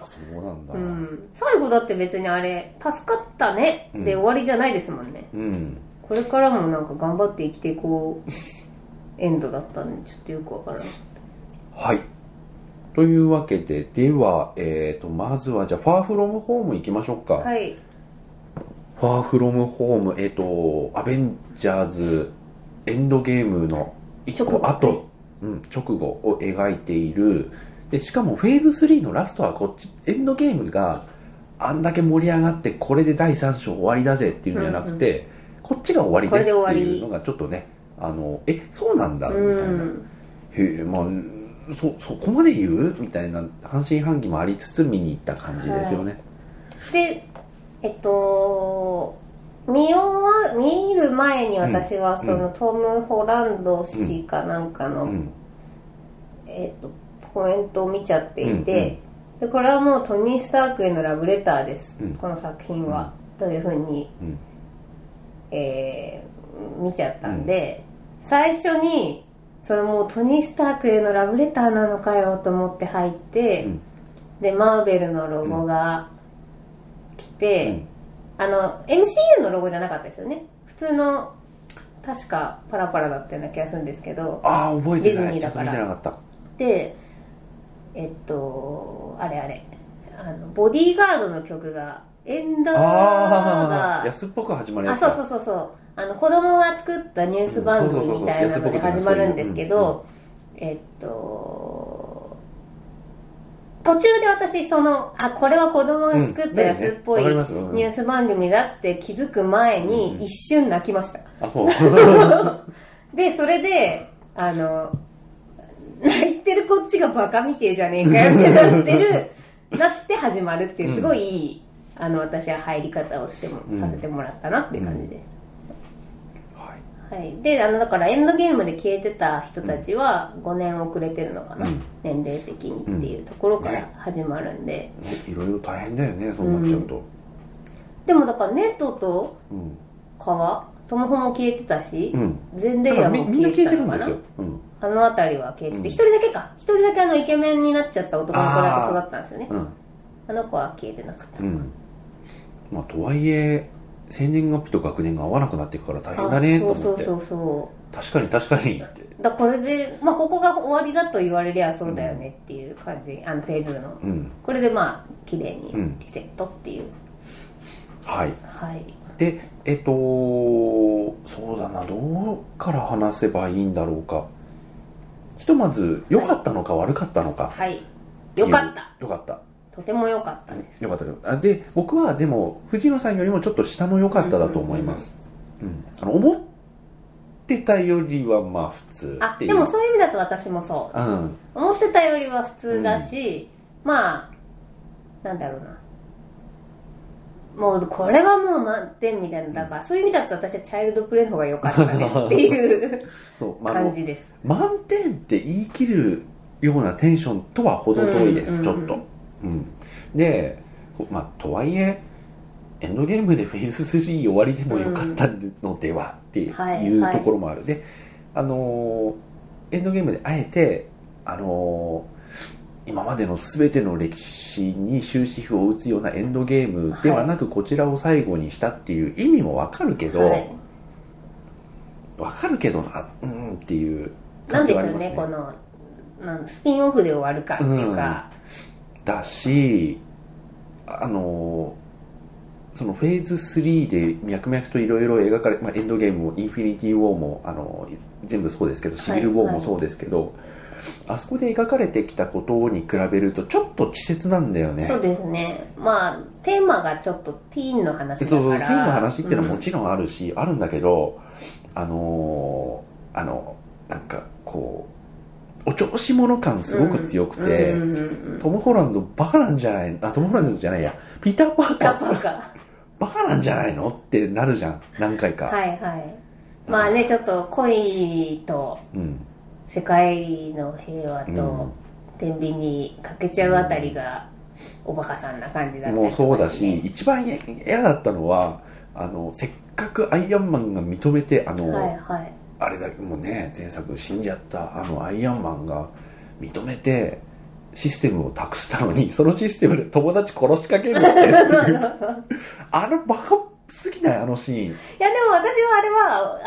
Speaker 1: あそうなんだ、
Speaker 2: うん最後だって別にあれ「助かったね」で終わりじゃないですもんね、
Speaker 1: うん
Speaker 2: これからもなんか頑張って生きていこうエンドだったんでちょっとよくわからない
Speaker 1: はい。というわけで、では、えー、と、まずは、じゃあ、ファーフロムホーム行きましょうか。
Speaker 2: はい
Speaker 1: ファーフロムホーム、えっ、と、アベンジャーズエンドゲームの一
Speaker 2: 直
Speaker 1: 個
Speaker 2: 後
Speaker 1: 後、うん、直後を描いている。で、しかもフェーズ3のラストはこっち、エンドゲームがあんだけ盛り上がって、これで第3章終わりだぜっていうんじゃなくて、こっちが終わりです
Speaker 2: こ
Speaker 1: っ
Speaker 2: れ
Speaker 1: て
Speaker 2: で終わり
Speaker 1: いうのがちょっとね、あの、え、そうなんだ、みたいな。
Speaker 2: うん
Speaker 1: へえまあそそこまで言うみたいな半信半疑もありつつ見に行った感じですよね、
Speaker 2: でえっと見終わる見る前に私はその、トム・ホランド氏かなんかの、
Speaker 1: うん
Speaker 2: えっとコメントを見ちゃっていて、でこれはもうトニー・スタークへのラブレターです、
Speaker 1: うん
Speaker 2: この作品は、というふうに、
Speaker 1: うん
Speaker 2: えー見ちゃったんで、最初にそのもうトニー・スタークへのラブレターなのかよと思って入って、
Speaker 1: うん
Speaker 2: でマーベルのロゴが来て、
Speaker 1: うん
Speaker 2: あの MCU のロゴじゃなかったですよね普通の確かパラパラだったような気がするんですけど
Speaker 1: ああ覚えてな
Speaker 2: ディズ
Speaker 1: い
Speaker 2: ニ
Speaker 1: ち
Speaker 2: ー
Speaker 1: ょ
Speaker 2: だ
Speaker 1: っと
Speaker 2: か
Speaker 1: 見
Speaker 2: ら
Speaker 1: てなかった
Speaker 2: でえっとあれあれあのボディーガードの曲がエンダ
Speaker 1: あ
Speaker 2: ーが
Speaker 1: あ安っぽく始まる
Speaker 2: あ
Speaker 1: やつ
Speaker 2: そう
Speaker 1: だ
Speaker 2: そうそうそうあの子供が作ったニュース番
Speaker 1: うんそうそうそう
Speaker 2: 組みたいなの
Speaker 1: 安っぽ
Speaker 2: で
Speaker 1: くて
Speaker 2: 始まるんですけどえっと途中で私そのあこれは子供が作ったやつっぽい
Speaker 1: うんねねわか
Speaker 2: ニュ
Speaker 1: りますうん
Speaker 2: ース番組だって気づく前
Speaker 1: うんうん
Speaker 2: に一瞬泣きました
Speaker 1: あそう
Speaker 2: でそれであの泣いてるこっちがバカみてえじゃねえかよってなってるなって始まるっていうすごいいい、あの私は入り方をしても、
Speaker 1: うん
Speaker 2: させてもらったなっていう感じで
Speaker 1: はい
Speaker 2: す、はい、であのだからエンドゲームで消えてた人たちは5年遅れてるのかな、
Speaker 1: うん
Speaker 2: 年齢的にっていうところから始まるんで、
Speaker 1: ねいろいろ大変だよねそうなっちゃうと、
Speaker 2: でもだからネットと
Speaker 1: うん
Speaker 2: 川トモホも消えてたし、
Speaker 1: うん
Speaker 2: 全
Speaker 1: だ
Speaker 2: 然
Speaker 1: から
Speaker 2: や
Speaker 1: み
Speaker 2: も
Speaker 1: みんな
Speaker 2: 消え
Speaker 1: 聞
Speaker 2: て
Speaker 1: い
Speaker 2: た
Speaker 1: てる
Speaker 2: の
Speaker 1: ん
Speaker 2: か
Speaker 1: で
Speaker 2: な
Speaker 1: すよ、うん
Speaker 2: あの辺りは消えて
Speaker 1: うん
Speaker 2: て、一人だけか。一人だけあのイケメンになっちゃった男の子だけ育ったんですよね
Speaker 1: う。ん
Speaker 2: あの子は消えてなかった
Speaker 1: う。んまあとはいえ生年月日と学年が合わなくなっていくから大変だね
Speaker 2: あ
Speaker 1: と
Speaker 2: そ
Speaker 1: 思っ
Speaker 2: う
Speaker 1: て
Speaker 2: そうそうそ
Speaker 1: 確かに確かにって
Speaker 2: う。だからこれで、まあここが終わりだと言われりゃそうだよねっていう感じ、あのフェーズの。
Speaker 1: うん
Speaker 2: これでまあ、綺麗に
Speaker 1: うん
Speaker 2: リセットっていう。
Speaker 1: はい
Speaker 2: はい。
Speaker 1: でえっとそうだなどうから話せばいいんだろうかひとまず良かったのか悪かったのか
Speaker 2: はい。よかった。
Speaker 1: 良かった
Speaker 2: とてもよかったです。
Speaker 1: 良かったよあで僕はでも藤野さんよりもちょっと下の良かっただと思います、うんあの思ってたよりはまあ普通
Speaker 2: あ
Speaker 1: っ、ていう
Speaker 2: でもそういう意味だと私もそ
Speaker 1: う
Speaker 2: う。
Speaker 1: ん
Speaker 2: 思ってたよりは普通だし、まあなんだろうなもうこれはもう満点みたいなだから、そういう意味だと私はチャイルドプレイの方が良かったですっていう
Speaker 1: そう、まああの
Speaker 2: 感じです
Speaker 1: 満点って言い切るようなテンションとは程遠いです、
Speaker 2: うん
Speaker 1: ちょっと、うん、で、まあ、とはいえエンドゲームでフェーズ3終わりでもよかったのではってい
Speaker 2: はいう
Speaker 1: ところもある、であのーエンドゲームであえてあのー今までの全ての歴史に終止符を打つようなエンドゲームではなくこちらを最後にしたっていう意味もわかるけど、
Speaker 2: はい
Speaker 1: わかるけどなうんっていう
Speaker 2: な
Speaker 1: 感
Speaker 2: ん
Speaker 1: じ
Speaker 2: でし
Speaker 1: はあり
Speaker 2: ょう
Speaker 1: ます
Speaker 2: ねこのなんスピンオフで終わるかっていうか、
Speaker 1: だしあのそのフェーズ3で脈々といろいろ描かれ、まあ、エンドゲームもインフィニティ・ウォーもあの全部そうですけどシビル・ウォーもそうですけど、あそこで描かれてきたことに比べるとちょっと稚拙なんだよね
Speaker 2: そうですねまあテーマがちょっとティーンの話だか
Speaker 1: そうそうティ
Speaker 2: ら
Speaker 1: ーンの話っていうのはもちろんあるし、あるんだけどあのーあのなんかこうお調子者感すごく強くて、
Speaker 2: うんうんうんうん
Speaker 1: トム・ホランドバカなんじゃないあトム・ホランドじゃないやピーター・パーカ
Speaker 2: ガ
Speaker 1: ー
Speaker 2: パか
Speaker 1: バカなんじゃないのってなるじゃん何回か、
Speaker 2: はいはいまあねちょっと恋と
Speaker 1: うん
Speaker 2: 世界の平和
Speaker 1: うん
Speaker 2: と天秤にかけちゃうあたりがおバカさんな感じだったりと
Speaker 1: も
Speaker 2: か
Speaker 1: うそうだ
Speaker 2: し
Speaker 1: し、
Speaker 2: ね
Speaker 1: 一番嫌嫌だったのはあのせっかくアイアンマンが認めてあの、
Speaker 2: はいはい
Speaker 1: あれだけもうね前作死んじゃったあのアイアンマンが認めてシステムを託したのにそ のシステムで友達殺しかけるってっていうあのバカすぎないあのシ
Speaker 2: いやでも私はあ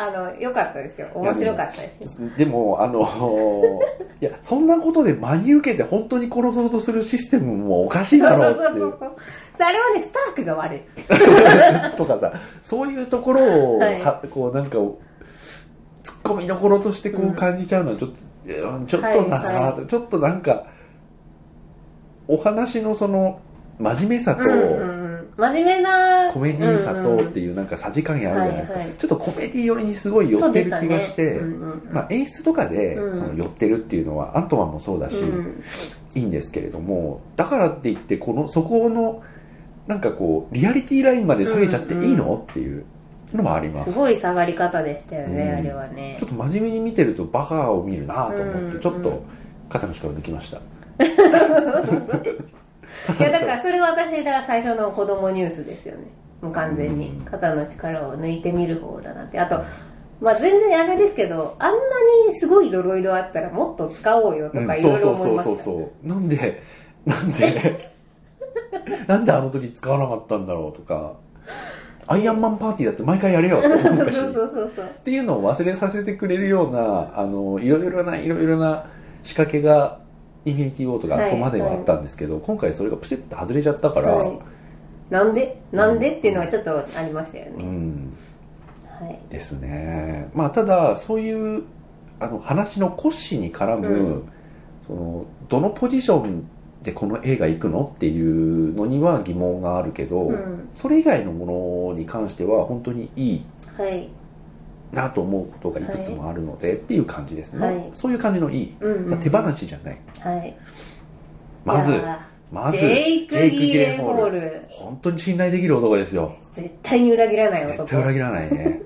Speaker 2: れはあの良かったですよ面白かったですよ
Speaker 1: ーンでもあ のいやそんなことで真に受けて本当に殺そうとするシステムもおかしいだろうって
Speaker 2: そうそうそうそうそうあれはねスタークが悪 い
Speaker 1: とかさそういうところを、
Speaker 2: はい
Speaker 1: はこうなんかツッコミどころとしてこ
Speaker 2: う
Speaker 1: うん感じちゃうのはちょっと、うんちょっとな
Speaker 2: はい
Speaker 1: ぁと、ちょっとなんかお話のその真面目さと、
Speaker 2: うんうんうん真面目な
Speaker 1: コメディさ
Speaker 2: うん
Speaker 1: と
Speaker 2: うん
Speaker 1: っていうなんかさじ加減あるじゃないですか、
Speaker 2: はいはい
Speaker 1: ちょっとコメディ寄りにすごい寄
Speaker 2: そう
Speaker 1: って
Speaker 2: で
Speaker 1: る
Speaker 2: し
Speaker 1: 気
Speaker 2: た
Speaker 1: が
Speaker 2: ね
Speaker 1: して、
Speaker 2: うんうんうん
Speaker 1: まあ、演出とかで
Speaker 2: うん
Speaker 1: その寄ってるっていうのは、アントマンもそうだし、
Speaker 2: うん
Speaker 1: いいんですけれどもだからって言ってこのそこのなんかこうリアリティラインまで下げちゃっていいの、っていうのもあります
Speaker 2: すごい下がり方でしたよね、
Speaker 1: うん
Speaker 2: あれはね
Speaker 1: ちょっと真面目に見てるとバカを見るなと思っ
Speaker 2: う
Speaker 1: て
Speaker 2: ん
Speaker 1: ちょっと肩の力抜きました、
Speaker 2: いやだからそれは私だから最初の子供ニュースですよねもう完全に
Speaker 1: うん
Speaker 2: 肩の力を抜いてみる方だなってあとまあ全然あれですけどあんなにすごいドロイドあったらもっと使おうよとかいろいろ思いました
Speaker 1: うなんでなん でなんであの時使わなかったんだろうとかアイアンマンパーティーだって毎回やれよって思
Speaker 2: そう
Speaker 1: しっ
Speaker 2: うそうそうそうそう
Speaker 1: ていうのを忘れさせてくれるようなあのいろいろないろいろな仕掛けがインフィニティ・ウォーとかあそこまではあったんですけど、今回それがプシッと外れちゃったから、
Speaker 2: はいなんでなんでっていうのがちょっとありましたよ
Speaker 1: う
Speaker 2: ね、
Speaker 1: ん
Speaker 2: はい
Speaker 1: ですねまあただそういうあの話の骨子に絡む、
Speaker 2: う
Speaker 1: そのどのポジションでこの映画行くのっていうのには疑問があるけど、
Speaker 2: うん
Speaker 1: それ以外のものに関しては本当にいい
Speaker 2: はい
Speaker 1: なと思うことがいくつもあるので、っていう感じですね、
Speaker 2: はい
Speaker 1: そういう感じのいい、
Speaker 2: うんうん
Speaker 1: 手放しじゃない
Speaker 2: はい
Speaker 1: まず
Speaker 2: いや
Speaker 1: まず
Speaker 2: ジェイク・ギーレンホー
Speaker 1: ル
Speaker 2: ル
Speaker 1: 本当に信頼できる男ですよ
Speaker 2: 絶対に裏切らない
Speaker 1: 絶
Speaker 2: 男
Speaker 1: 対裏切らないね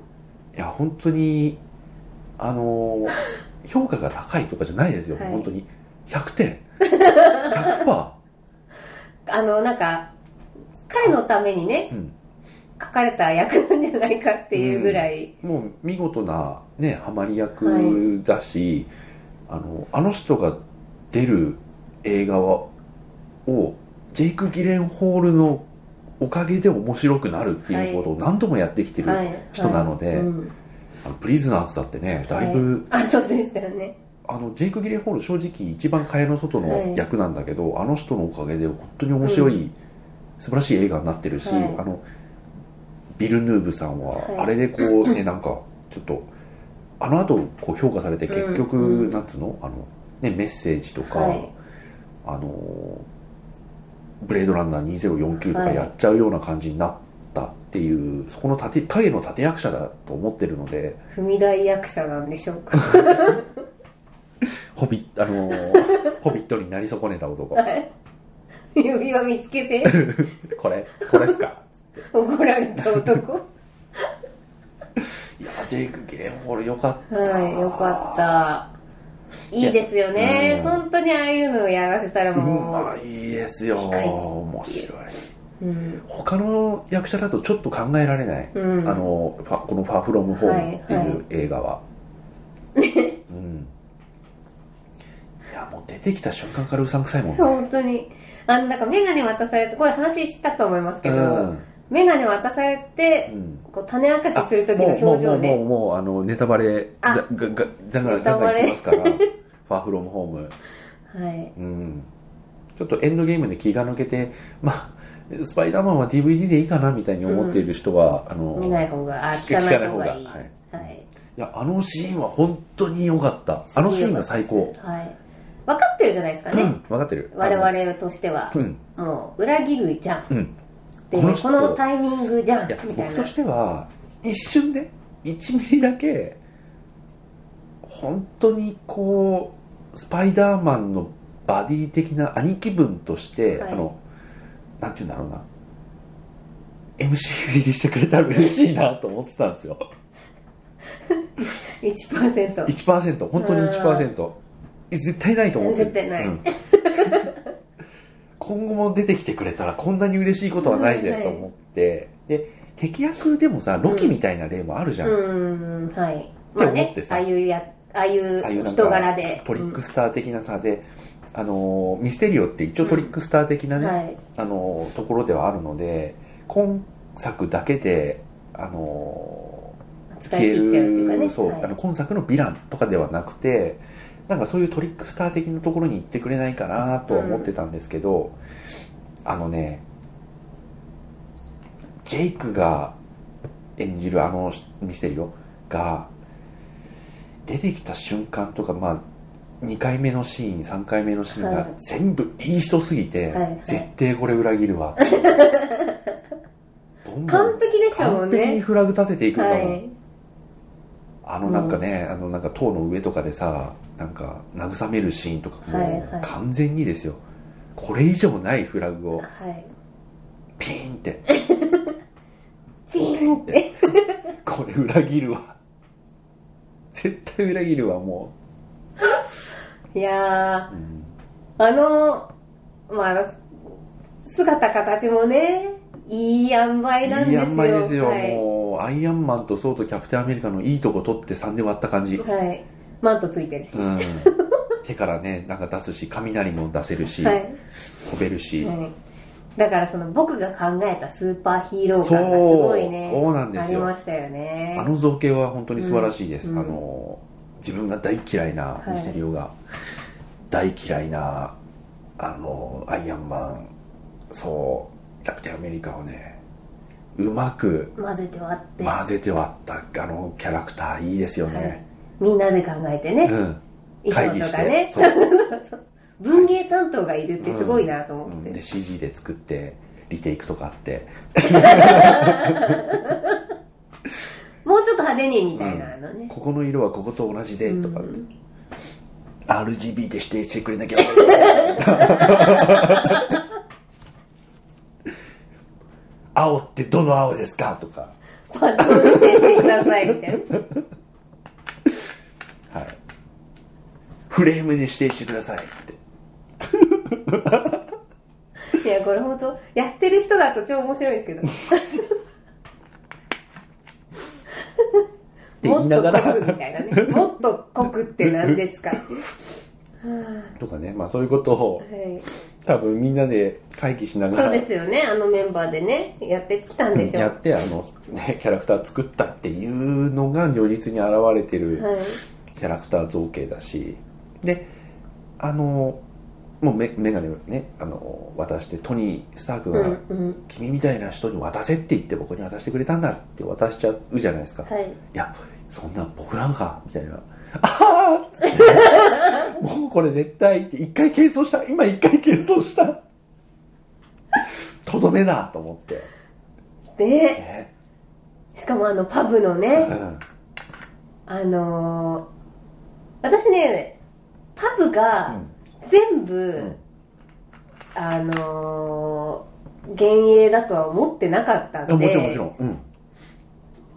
Speaker 1: いや本当にあの評価が高いとかじゃないですよ、
Speaker 2: はい
Speaker 1: 本当に100点100%パ
Speaker 2: あのなんか彼のためにね
Speaker 1: ー、うん、
Speaker 2: 書かれた役なんじゃないかっていうぐらい、
Speaker 1: もう見事なねハマり役だし、あのあの人が出る映画はをジェイク・ギレンホールのおかげで面白くなるっていうことを何度もやってきてる、
Speaker 2: はい
Speaker 1: 人なので
Speaker 2: はいうん
Speaker 1: あのプリズナーズだってねだいぶ、
Speaker 2: あそうでしたよね
Speaker 1: あのジェイク・ギレンホール正直一番蚊帳の外の役なんだけど、あの人のおかげで本当に面白い、素晴らしい映画になってるし、
Speaker 2: はい
Speaker 1: あのビル・ヌーブさんは
Speaker 2: はい
Speaker 1: あれでこう ね、なんかちょっとあの後こう評価されて結局、
Speaker 2: うん
Speaker 1: なんつうのあの、ね、メッセージとか、
Speaker 2: はい
Speaker 1: あのブレードランナー2049とかやっちゃうような感じになったっていう、そこの盾影の立役者だと思ってるので。
Speaker 2: 踏み台役者なんでしょう か
Speaker 1: ホビッ、あの ーホビットになり損ねた男。
Speaker 2: 指輪見つけ て
Speaker 1: これ、これっすか。
Speaker 2: 怒られた男
Speaker 1: いや、ジェイク・ギレンホールよかった。
Speaker 2: はい よかったいいですよね
Speaker 1: うん
Speaker 2: 本当にああいうのをやらせたら
Speaker 1: う
Speaker 2: も
Speaker 1: まいですよ。
Speaker 2: ピカイチ
Speaker 1: 面白い。
Speaker 2: ううん、
Speaker 1: 他の役者だとちょっと考えられない。
Speaker 2: うん、
Speaker 1: あの、ファこのファーフロムホームって
Speaker 2: はい
Speaker 1: い
Speaker 2: は
Speaker 1: う映画 は。うん。いや、もう出てきた瞬間からうさんくさいもんね。
Speaker 2: 本当にあのなんか眼鏡渡されてこれ話したと思いますけど、
Speaker 1: うん
Speaker 2: 眼鏡渡されて、
Speaker 1: うん
Speaker 2: こう種明かしする時の
Speaker 1: あもう
Speaker 2: 表
Speaker 1: もう
Speaker 2: 情
Speaker 1: も
Speaker 2: で
Speaker 1: うもうあのネタバレ
Speaker 2: あ
Speaker 1: ざががざんがら
Speaker 2: ネタ
Speaker 1: ガンガ
Speaker 2: バ
Speaker 1: ン
Speaker 2: レ
Speaker 1: いきますからファーフロムホーム
Speaker 2: はい
Speaker 1: うんちょっとエンドゲームで気が抜けてまあスパイダーマンは DVD でいいかなみたいに思っている人は、あの
Speaker 2: 見ない方があ
Speaker 1: 聞け
Speaker 2: 聞かない
Speaker 1: 聞かない
Speaker 2: 方
Speaker 1: 方が
Speaker 2: がいい
Speaker 1: はい
Speaker 2: はい
Speaker 1: いやあのシーンは本当に良かったあのシーンが最高
Speaker 2: はい分かってるじゃないですかね、
Speaker 1: 分かってる
Speaker 2: 我々としては
Speaker 1: う、ん
Speaker 2: もう裏切るじゃん
Speaker 1: うん
Speaker 2: で
Speaker 1: こ
Speaker 2: こ
Speaker 1: の
Speaker 2: の
Speaker 1: 人
Speaker 2: タイミングじゃん
Speaker 1: いや
Speaker 2: みた
Speaker 1: 僕
Speaker 2: い
Speaker 1: と
Speaker 2: な
Speaker 1: しては一瞬で1ミリだけ本当にこうスパイダーマンのバディ的な兄貴分として、
Speaker 2: はい
Speaker 1: あのなんて言うんだろうな MC 入りしてくれたら嬉しいなと思ってたんです よ
Speaker 2: 1%,
Speaker 1: 1%本当に1%絶対ないと思ってる
Speaker 2: 絶対ない
Speaker 1: うん今後も出てきてくれたらこんなに嬉しいことはないぜと思って、で敵役でもさロキみたいな例もあるじゃん、
Speaker 2: うーんはい
Speaker 1: って
Speaker 2: まあ
Speaker 1: 思っ
Speaker 2: ね
Speaker 1: てさ
Speaker 2: ああいうやああい
Speaker 1: ああいう
Speaker 2: う
Speaker 1: なん
Speaker 2: 人柄
Speaker 1: か
Speaker 2: で
Speaker 1: トリックスター的なさで、あのーミステリオって一応トリックスター的な
Speaker 2: うん
Speaker 1: ね、
Speaker 2: はい
Speaker 1: あのーところではあるので今作だけで、あのー
Speaker 2: 使い切っちゃうっていうかね
Speaker 1: そう、
Speaker 2: はい
Speaker 1: あの今作のヴィランとかではなくてなんかそういうトリックスター的なところに行ってくれないかなとは思ってたんですけど、あのねジェイクが演じるあのミステリオが出てきた瞬間とか、まあ、2回目のシーン3回目のシーン
Speaker 2: は
Speaker 1: が
Speaker 2: い
Speaker 1: 全部いい人すぎて、
Speaker 2: はいはい
Speaker 1: 絶対これ裏切るわ どんどん
Speaker 2: 完璧でしたもん
Speaker 1: 完璧に
Speaker 2: ね
Speaker 1: フラグ立てていくんだもん、
Speaker 2: はい
Speaker 1: あのなんかね、あのなんか塔の上とかでさなんか慰めるシーンとかも、
Speaker 2: はいはい
Speaker 1: 完全にですよこれ以上ないフラグを
Speaker 2: はい
Speaker 1: ピーンって
Speaker 2: ピーンって
Speaker 1: これ裏切るわ絶対裏切るわも
Speaker 2: いや
Speaker 1: う、うん
Speaker 2: ーあのまあ姿形もねいい塩梅なんですよ
Speaker 1: いい塩梅ですよ、
Speaker 2: はい
Speaker 1: もうアイアンマンとソーとキャプテンアメリカのいいとこ取って3で割った 感じ、うん、
Speaker 2: はいマントついてるし、
Speaker 1: 手からねなんか出すし雷も出せるし、
Speaker 2: はい
Speaker 1: 飛べるし、
Speaker 2: はい、だからその僕が考えたスーパーヒーロー
Speaker 1: そう
Speaker 2: 感がすごいね
Speaker 1: そうなんですよ
Speaker 2: ありましたよね
Speaker 1: あの造形は本当に素晴らしいです、
Speaker 2: うん
Speaker 1: あの自分が大嫌いなミステリオが、大嫌いなあのアイアンマンそうキャプテンアメリカをねうまく
Speaker 2: 混ぜて割って、
Speaker 1: 混ぜて割ったあのキャラクターいいですよね、
Speaker 2: みんなで考えてね、
Speaker 1: うん
Speaker 2: 衣
Speaker 1: 会議
Speaker 2: 装
Speaker 1: し
Speaker 2: と
Speaker 1: て
Speaker 2: かね
Speaker 1: そう
Speaker 2: 文芸担当がいるって すごいなと思っ
Speaker 1: うん
Speaker 2: て、
Speaker 1: で CG で作ってリテイクとかあって
Speaker 2: もうちょっと派手にみたいなのね、
Speaker 1: ここの色はここと同じでとか、
Speaker 2: うん
Speaker 1: RGB で指定してくれなきゃわかりません青ってどの青ですかとか
Speaker 2: パッドを指定してくださいみたいな
Speaker 1: はいフレームで指定してくださいって
Speaker 2: いやこれ本当やってる人だと超面白いんですけ
Speaker 1: て
Speaker 2: ど
Speaker 1: 言
Speaker 2: も
Speaker 1: い
Speaker 2: っ
Speaker 1: な
Speaker 2: と
Speaker 1: が
Speaker 2: 濃
Speaker 1: ら
Speaker 2: くみたいなねもっと濃くって何ですかっていう
Speaker 1: とかねまあそういうことを
Speaker 2: はい
Speaker 1: 多分みんなで会議しなが
Speaker 2: そう
Speaker 1: ら
Speaker 2: ですよねあのメンバーでねやってきたんでしょう
Speaker 1: やってあの、ね、キャラクター作ったっていうのが如実に現れてる、
Speaker 2: はい
Speaker 1: キャラクター造形だしであのもうメメガネをねあの渡してトニー・スターク
Speaker 2: う
Speaker 1: が、
Speaker 2: んうん
Speaker 1: 君みたいな人に渡せ」って言って僕に渡してくれたんだって渡しちゃうじゃないですか、
Speaker 2: はい
Speaker 1: いやそんな僕なんかみたいな「ああ!」っつって「もうこれ絶対」って一回謙遜した今一回謙遜したとどめだと思って、
Speaker 2: で
Speaker 1: ね
Speaker 2: しかもあのパブの
Speaker 1: う
Speaker 2: ね
Speaker 1: ん、
Speaker 2: あのー私ねパブが全部、
Speaker 1: ん
Speaker 2: あのー幻影だとは思ってなかったんで
Speaker 1: もちろんもちろん、うん、っ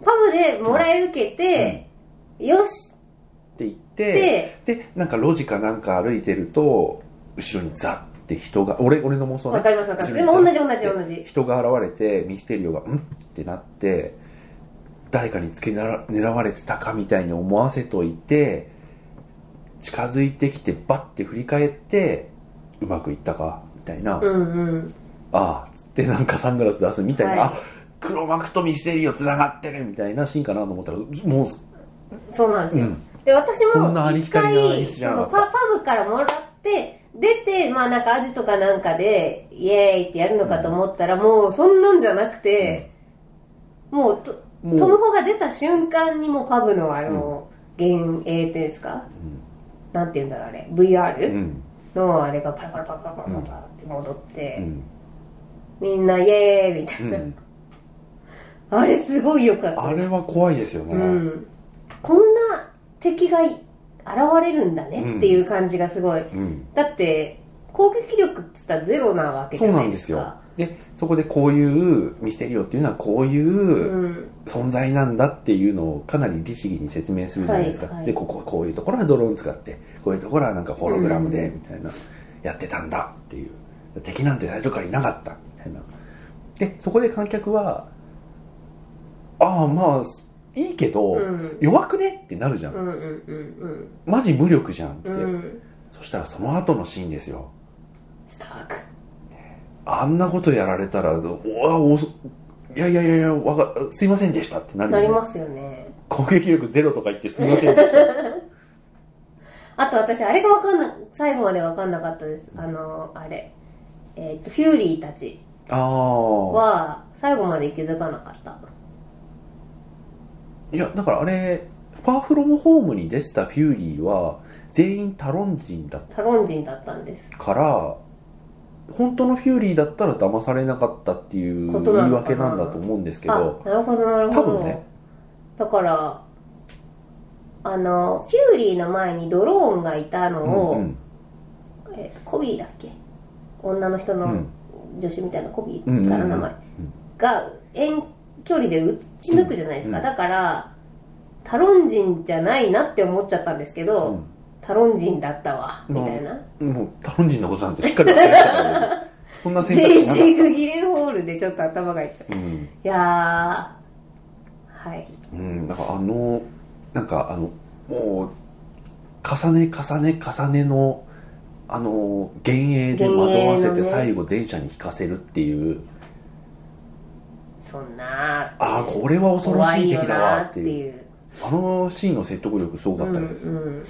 Speaker 2: パブでもらい受けて、よし
Speaker 1: て言っ
Speaker 2: ってて、
Speaker 1: でなんか路地かなんか歩いてると後ろにザッて人が俺俺の妄想
Speaker 2: わかりますわかりますでも
Speaker 1: 後ろ
Speaker 2: 同
Speaker 1: に
Speaker 2: じ
Speaker 1: ザ
Speaker 2: 同
Speaker 1: ッ
Speaker 2: じ同じ
Speaker 1: 人が現れてミステリオが「ん?」ってなって誰かにつけなら狙われてたかみたいに思わせといて近づいてきてバッて振り返ってうまくいったかみたいな「
Speaker 2: うんうん
Speaker 1: ああ」つってなんかサングラス出すみたいな「
Speaker 2: はい
Speaker 1: あ黒幕とミステリオつながってる」みたいなシーンかなと思ったらもう
Speaker 2: そうなんですよ、
Speaker 1: うん
Speaker 2: で私
Speaker 1: そんなあ
Speaker 2: も
Speaker 1: り
Speaker 2: 一
Speaker 1: きたりな演
Speaker 2: 回
Speaker 1: 出
Speaker 2: そ
Speaker 1: じゃなか
Speaker 2: の
Speaker 1: った
Speaker 2: パパブからもらって出てまあなんかアジとかなんかでイエーイってやるのかと思ったら、もうそんなんじゃなくて、もうと
Speaker 1: もう
Speaker 2: トム・ホが出た瞬間にもうパブのあの、幻影というんですか、
Speaker 1: ん
Speaker 2: なんて言うんだろうあれ VR、
Speaker 1: うん
Speaker 2: のあれがパラパラパラパラパラパラって戻って、
Speaker 1: うん
Speaker 2: みんなイエーイみた
Speaker 1: う
Speaker 2: いな、
Speaker 1: ん
Speaker 2: あれすごいよかった
Speaker 1: あれは怖いですよね、
Speaker 2: うん、こんな敵がい現れるんだねっていう感じがすごい、
Speaker 1: うん
Speaker 2: だって攻撃力っつったらゼロなわけじ
Speaker 1: そう
Speaker 2: ゃ
Speaker 1: な
Speaker 2: なんい
Speaker 1: で
Speaker 2: ですす
Speaker 1: よ
Speaker 2: か
Speaker 1: でそこでこういうミステリオっていうのはこういう
Speaker 2: うん
Speaker 1: 存在なんだっていうのをかなり律儀に説明するじゃないですか、
Speaker 2: はいはい
Speaker 1: でこここういうところはドローン使ってこういうところはなんかホログラムでみたいな、やってたんだっていう敵なんて最初からいなかったみたいなでそこで観客はああまあいいけど、
Speaker 2: うん
Speaker 1: 弱くねってなるじゃん、
Speaker 2: うんうんうん
Speaker 1: マジ無力じゃんって、
Speaker 2: うんうん
Speaker 1: そしたらその後のシーンですよ
Speaker 2: スターク
Speaker 1: あんなことやられたら、おわおそいやいやいやいやわか、すいませんでしたってなるよ
Speaker 2: な
Speaker 1: ね、
Speaker 2: りますよね
Speaker 1: 攻撃力ゼロとか言ってすいませんで した。
Speaker 2: あと私あれがわかんな最後までわかんなかったですあのあれえっとフューリーたち
Speaker 1: ああ。
Speaker 2: は最後まで気づかなかった
Speaker 1: いや、だからあれ、ファーフロムホームに出てたフューリーは、全員タロン人だっ
Speaker 2: タロン人だったんです
Speaker 1: たから、本当のフューリーだったら騙されなかったっていう
Speaker 2: こ
Speaker 1: 言
Speaker 2: となのかな
Speaker 1: 訳
Speaker 2: い
Speaker 1: なんだと思うんですけど、
Speaker 2: あなるほどなるほ
Speaker 1: 多
Speaker 2: ど、
Speaker 1: 分ね
Speaker 2: だからあのフューリーの前にドローンがいたのを、
Speaker 1: うん
Speaker 2: えーとコビーだっけ女の人
Speaker 1: う
Speaker 2: の
Speaker 1: ん
Speaker 2: 助手みたいなコビ
Speaker 1: うんうんう
Speaker 2: ー
Speaker 1: ん
Speaker 2: から名前
Speaker 1: うん
Speaker 2: が遠距離で打ち抜くじゃないですか、
Speaker 1: うん
Speaker 2: だからタロン人じゃないなって思っちゃったんですけど、タロン人だったわみたいな、
Speaker 1: うん、もうタロン人のことなんてしっかり分かりましたからね、そんな選択肢
Speaker 2: J
Speaker 1: なかっ
Speaker 2: ジーグ・ギレンホールでちょっと頭がいったい
Speaker 1: た。うん
Speaker 2: やーはい
Speaker 1: うん、なんかあの、なんかあの、もう、重ね重ね重ねの、あの、幻影で惑わせ
Speaker 2: 幻影の
Speaker 1: て
Speaker 2: ね
Speaker 1: 最後電車に引かせるっていう、
Speaker 2: そんなー
Speaker 1: ああ、これは恐ろしい敵だわって
Speaker 2: 怖い
Speaker 1: いう。
Speaker 2: よなーっていう
Speaker 1: あのシーンの説得力すごかったです。
Speaker 2: うんうん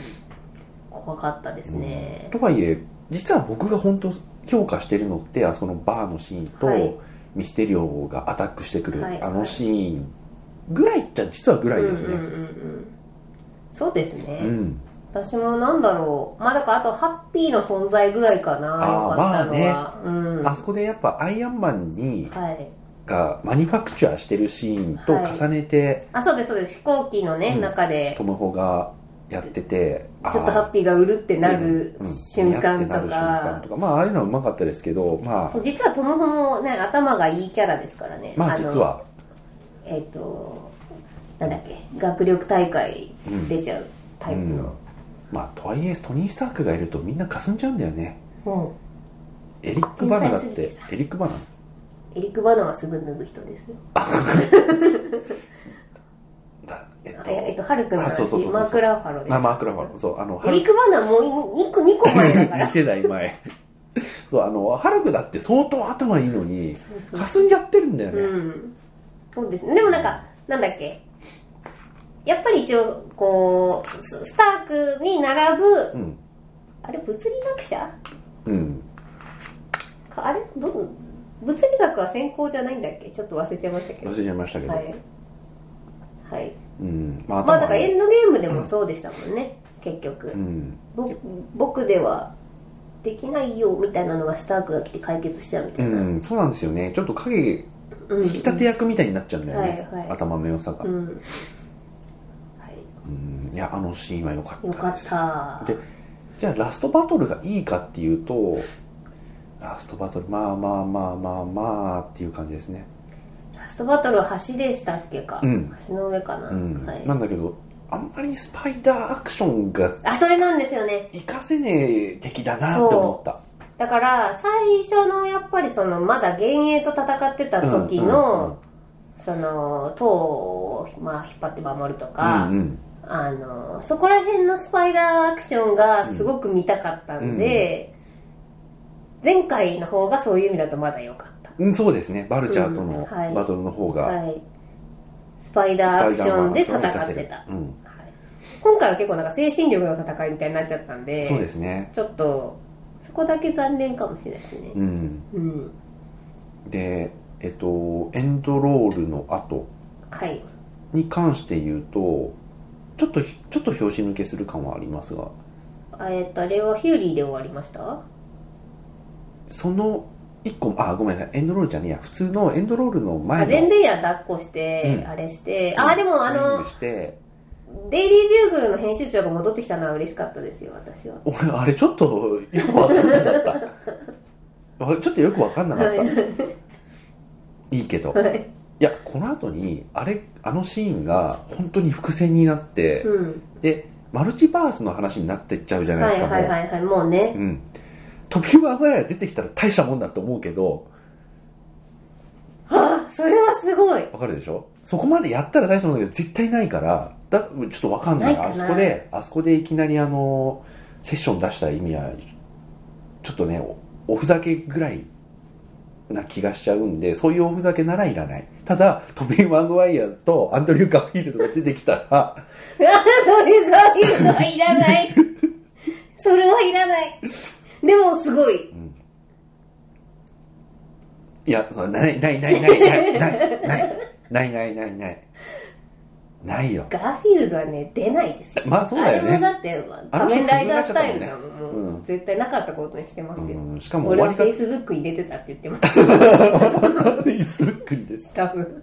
Speaker 2: 怖かったですね、
Speaker 1: とはいえ、実は僕が本当評価してるのって、あそこのバーのシーンと、
Speaker 2: はい
Speaker 1: ミステリオがアタックしてくる、
Speaker 2: はい
Speaker 1: あのシーンぐらいっちゃ実はぐらいですね。
Speaker 2: うんうんうんうんそうですね、
Speaker 1: うん
Speaker 2: 私もなんだろうまあだからあとハッピーの存在ぐらいかな
Speaker 1: あー
Speaker 2: よかったのは、うん
Speaker 1: あそこでやっぱアイアンマンに、
Speaker 2: はい
Speaker 1: がマニファクチャーしてるシーンと重ねて、
Speaker 2: あそうですそうです飛行機のね、
Speaker 1: うん
Speaker 2: 中で
Speaker 1: トム・ホがやっててあー
Speaker 2: ちょっとハッピーがうるってなる
Speaker 1: うんうん
Speaker 2: 瞬間
Speaker 1: 似合ってな
Speaker 2: と
Speaker 1: る瞬間
Speaker 2: か
Speaker 1: とかまあああいうのはうまかったですけどまあ
Speaker 2: そう実はトムホもね頭がいいキャラですからね
Speaker 1: まあ
Speaker 2: の
Speaker 1: 実は
Speaker 2: えっ、となんだっけ学力大会出ちゃうタイプの、
Speaker 1: まあとはいえトニー・スタークがいるとみんな霞んじゃうんだよね
Speaker 2: うん
Speaker 1: エリック・バナだっ
Speaker 2: 天才すぎ
Speaker 1: て
Speaker 2: てさ
Speaker 1: エリック・バナ
Speaker 2: エリック・バナはすぐ脱ぐ人ですよ。
Speaker 1: だえ
Speaker 2: あえっと、ハルクの
Speaker 1: あそうそうそうそう
Speaker 2: 話、マーク・ラファロです。
Speaker 1: あマーク・ラファローそうあの
Speaker 2: エリック・バナもう2個 ,2 個前だか ら。
Speaker 1: 2世代前そうあのハルクだって相当頭いいのに
Speaker 2: そうそう
Speaker 1: 霞んじゃってるんだよね、
Speaker 2: うん。そうですね。でもなんか、なんだっけ。やっぱり一応、こう、ススタークに並ぶ、
Speaker 1: うん
Speaker 2: あれ、物理学者
Speaker 1: うん
Speaker 2: かあれどう物理学は専攻じゃないんだっけちょっと忘れちゃいましたけど。
Speaker 1: 忘
Speaker 2: は
Speaker 1: れちゃいましたけど、
Speaker 2: い。はい。
Speaker 1: うんまあ
Speaker 2: まあ、
Speaker 1: 頭
Speaker 2: だから
Speaker 1: がいい
Speaker 2: エンドゲームでもそうでしたもんね。結局。
Speaker 1: うん
Speaker 2: ぼ僕ではできないよみたいなのがスタークが来て解決しちゃうみた
Speaker 1: う
Speaker 2: いな、
Speaker 1: ん、そうなんですよね。ちょっと影、
Speaker 2: う
Speaker 1: 引
Speaker 2: ん
Speaker 1: き立て役みたいになっちゃうんだよね。
Speaker 2: はいはい
Speaker 1: 頭の良さが、
Speaker 2: う
Speaker 1: うん
Speaker 2: ん、はい
Speaker 1: いや、あのシーンは良かった
Speaker 2: よか
Speaker 1: です。
Speaker 2: った
Speaker 1: で、じゃあラストバトルがいいかっていうと、ラストバトル、まあまあまあまあまあっていう感じですね。
Speaker 2: ラストバトルは橋でしたっけか、
Speaker 1: うん
Speaker 2: 橋の上かな、
Speaker 1: うん。
Speaker 2: はい
Speaker 1: なんだけど、あんまりスパイダーアクションが
Speaker 2: あそれなんですよね
Speaker 1: 活かせねえ敵だなって思った。
Speaker 2: だから最初のやっぱりそのまだ幻影と戦ってた時の、その塔を、まあ、引っ張って守ると
Speaker 1: うんうん
Speaker 2: か、
Speaker 1: うん
Speaker 2: あのそこら辺のスパイダーアクションがすごく見たかったんで、前回の方がそういう意味だとまだ良かった、
Speaker 1: うん、そうですね。バルチャーとの
Speaker 2: うんはい
Speaker 1: バトルの方が、
Speaker 2: はい、スパ
Speaker 1: ス
Speaker 2: イダーア
Speaker 1: パ
Speaker 2: ク
Speaker 1: イ
Speaker 2: シ
Speaker 1: ダーマ
Speaker 2: ョ
Speaker 1: ン
Speaker 2: ン
Speaker 1: の
Speaker 2: で
Speaker 1: アクション
Speaker 2: 戦って
Speaker 1: を活
Speaker 2: た、
Speaker 1: かせる
Speaker 2: は
Speaker 1: うん。
Speaker 2: い、今回は結構なんか精神力の戦いみたいになっちゃったんで
Speaker 1: そうですね。
Speaker 2: ちょっとそこだけ残念かもしれないですね
Speaker 1: うん。
Speaker 2: うん
Speaker 1: で、えっと、エンドロールの後
Speaker 2: はい
Speaker 1: に関して言うと、ちょっとひ、ちょっと拍子抜けする感はありますが、
Speaker 2: あえっとあれはヒューリーで終わりました
Speaker 1: その一個あごめんなさいエンドロールじゃねえや普通のエンドロールの前
Speaker 2: あ
Speaker 1: の
Speaker 2: 全然や抱っこして、
Speaker 1: うん
Speaker 2: あれしてあでもあ
Speaker 1: スイン
Speaker 2: の
Speaker 1: グして
Speaker 2: デイリービューグルの編集長が戻ってきたのは嬉しかったですよ私は
Speaker 1: 俺あれちょっとよくわかんなかったわ ちょっとよくわかんなかったいいけど
Speaker 2: はい
Speaker 1: いやこの後にあれあのシーンが本当に伏線になって、
Speaker 2: うん
Speaker 1: でマルチバースの話になってっちゃうじゃない
Speaker 2: は
Speaker 1: です
Speaker 2: い
Speaker 1: か、
Speaker 2: はい
Speaker 1: も
Speaker 2: はいはいもうね
Speaker 1: う、うん、トビー・マグワイア出てきたら大したもんだと思うけど
Speaker 2: あそれはすごい
Speaker 1: わかるでしょそこまでやったら大したもんだけど絶対ないからだちょっとわかんない
Speaker 2: ない
Speaker 1: あ
Speaker 2: かな
Speaker 1: そこであそこでいきなりあのセッション出した意味はちょっとねおおふざけぐらいな気がしちゃうんでそういうおふざけならいらないただトビー・マグワイアとアンドリュー・ガフィールドが出てきたら
Speaker 2: あそれがいるのはいらないそれはいらないでもすごい
Speaker 1: いや、そうない、ない、ない、ない、ない、ない、ない、ない、ない、ない、ない、ないよ。
Speaker 2: ガーフィールドはね出ないですよ
Speaker 1: まあそうだよ
Speaker 2: あれも
Speaker 1: ね。
Speaker 2: だって
Speaker 1: あの
Speaker 2: 仮
Speaker 1: 人
Speaker 2: 面ライダースタイルだもん
Speaker 1: そ
Speaker 2: も
Speaker 1: うだね
Speaker 2: う、
Speaker 1: うん
Speaker 2: 絶対なかったことにしてますよ、
Speaker 1: うん、しかも終
Speaker 2: 俺
Speaker 1: わ
Speaker 2: は
Speaker 1: り
Speaker 2: フェイ
Speaker 1: 方
Speaker 2: スブックに出てたって言ってま す
Speaker 1: がフェイスブックにです。
Speaker 2: 多分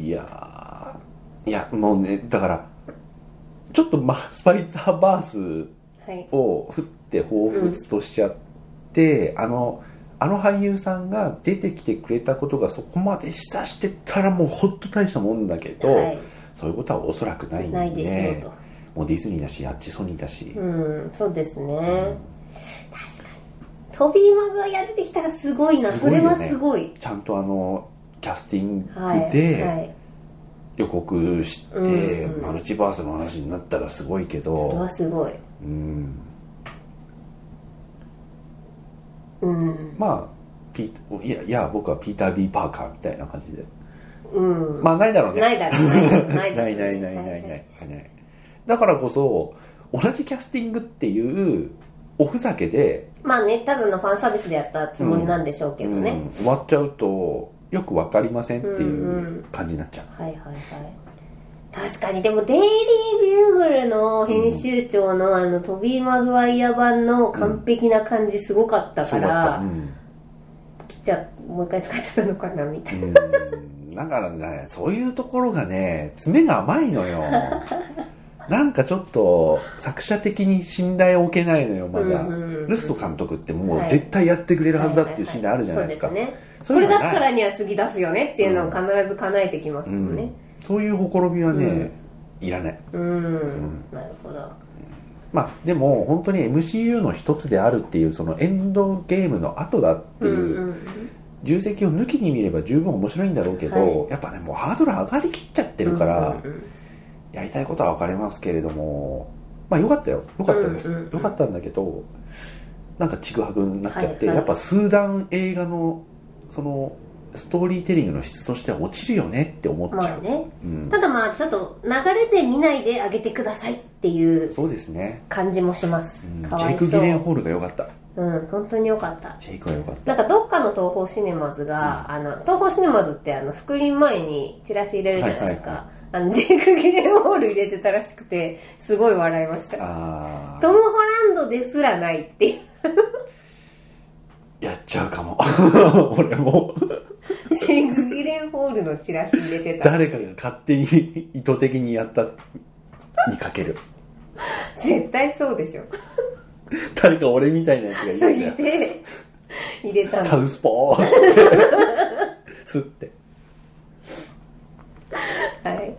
Speaker 1: いやー、いや、もうね、だから、ちょっと、ま、スパイダーバース
Speaker 2: はい
Speaker 1: を振って彷彿としちゃって、あの、あの俳優さんが出てきてくれたことがそこまで示唆してたらもうほんと大したもんだけど、
Speaker 2: は
Speaker 1: そういうことはおそらくないん
Speaker 2: い
Speaker 1: で、
Speaker 2: ないでしょう
Speaker 1: もうディズニーだし、あっちソニーだし、
Speaker 2: とうんそうですね、確かにトビー・マグワイア出てきたらすごいな
Speaker 1: す
Speaker 2: そ
Speaker 1: ごい
Speaker 2: れ
Speaker 1: よね
Speaker 2: はすごい
Speaker 1: ちゃんとあのキャスティン
Speaker 2: はい
Speaker 1: グ
Speaker 2: は
Speaker 1: で
Speaker 2: い、
Speaker 1: 予告して、
Speaker 2: うんうん
Speaker 1: マルチバースの話になったらすごいけ
Speaker 2: それ
Speaker 1: ど
Speaker 2: は、すごい
Speaker 1: うん、
Speaker 2: うん
Speaker 1: まあピーいやいや僕はピーター・ビー・パーカーみたいな感じで
Speaker 2: うん、
Speaker 1: まあないだろうね
Speaker 2: ないだろ うない
Speaker 1: な
Speaker 2: だろ
Speaker 1: いうないないないない
Speaker 2: は
Speaker 1: ないないだからこそ同じキャスティングっていうおふざけで、
Speaker 2: まあねただのファンサービスでやったつもりなんでしょうけどね、
Speaker 1: うん終わっちゃうとよくわかりませんっていう感じになっちゃう、
Speaker 2: はいはいはい確かにでも「デイリー・ビューグル」の編集長の、あのトビー・マグワイア版の完璧な感じすごかったか
Speaker 1: そうだ
Speaker 2: ら、
Speaker 1: った、うん
Speaker 2: 切っちゃもう一回使っちゃったのかなみたいな、
Speaker 1: うんだからね、そういうところがね、爪が甘いの よ。なんかちょっと、作者的に信頼を置けないのよ、まだ。
Speaker 2: うんうんうん
Speaker 1: ルッソ監督っても
Speaker 2: は
Speaker 1: う
Speaker 2: い
Speaker 1: 絶対やってくれるはずだっていう信頼あるじゃないですか。
Speaker 2: そうですね
Speaker 1: そう
Speaker 2: こ
Speaker 1: い
Speaker 2: れ
Speaker 1: う
Speaker 2: 出
Speaker 1: のがな
Speaker 2: す
Speaker 1: い
Speaker 2: からには次出すよねっていうのを必ず叶えてきますもんね
Speaker 1: そういうほころびはね、いらない。
Speaker 2: うん、
Speaker 1: ん
Speaker 2: なるほど
Speaker 1: まあ、でも本当に MCU の一つであるっていう、そのエンドゲームの後だって
Speaker 2: う
Speaker 1: い
Speaker 2: ん
Speaker 1: う、
Speaker 2: うん
Speaker 1: 重責を抜きに見れば十分面白いんだろうけど、
Speaker 2: は
Speaker 1: やっぱね、もうハードル上がりきっちゃってるから、
Speaker 2: うんうん
Speaker 1: やりたいことは分かりますけれどもまあよかったよよかったです、
Speaker 2: うんうんうん
Speaker 1: よかったんだけどなんかちぐはぐになっちゃって、
Speaker 2: はいはい
Speaker 1: やっぱスーダン映画のそのストーリーテリングの質としては落ちるよねって思
Speaker 2: うん
Speaker 1: っち
Speaker 2: ま
Speaker 1: ゃ
Speaker 2: あ
Speaker 1: う、
Speaker 2: ね
Speaker 1: うん、
Speaker 2: ただまあちょっと流れで見ないであげてくださいっていう
Speaker 1: そうですね、
Speaker 2: 感じもします、
Speaker 1: うんジ
Speaker 2: かわ
Speaker 1: ェイ
Speaker 2: いそ
Speaker 1: ク・
Speaker 2: う
Speaker 1: ギレンホールが良かった
Speaker 2: うん本当によかった
Speaker 1: ジェイクは良かった
Speaker 2: なんかどっかの東宝シネマズが、あの東宝シネマズってあのスクリーン前にチラシ入れるじゃないですか、
Speaker 1: はいは
Speaker 2: あのジェイク・ギレンホール入れてたらしくてすごい笑いました
Speaker 1: あ
Speaker 2: トム・ホランドですらないっていう
Speaker 1: ーやっちゃうかも 俺も
Speaker 2: ジェイク・ギレンホールのチラシ入れてた
Speaker 1: 誰かが勝手に意図的にやったにかける
Speaker 2: 絶対そうでしょ
Speaker 1: 誰か俺みたいなやつがいるん
Speaker 2: そ
Speaker 1: だ
Speaker 2: う
Speaker 1: よ
Speaker 2: 言って入れた
Speaker 1: サ
Speaker 2: の
Speaker 1: ウスポーって吸って
Speaker 2: はい、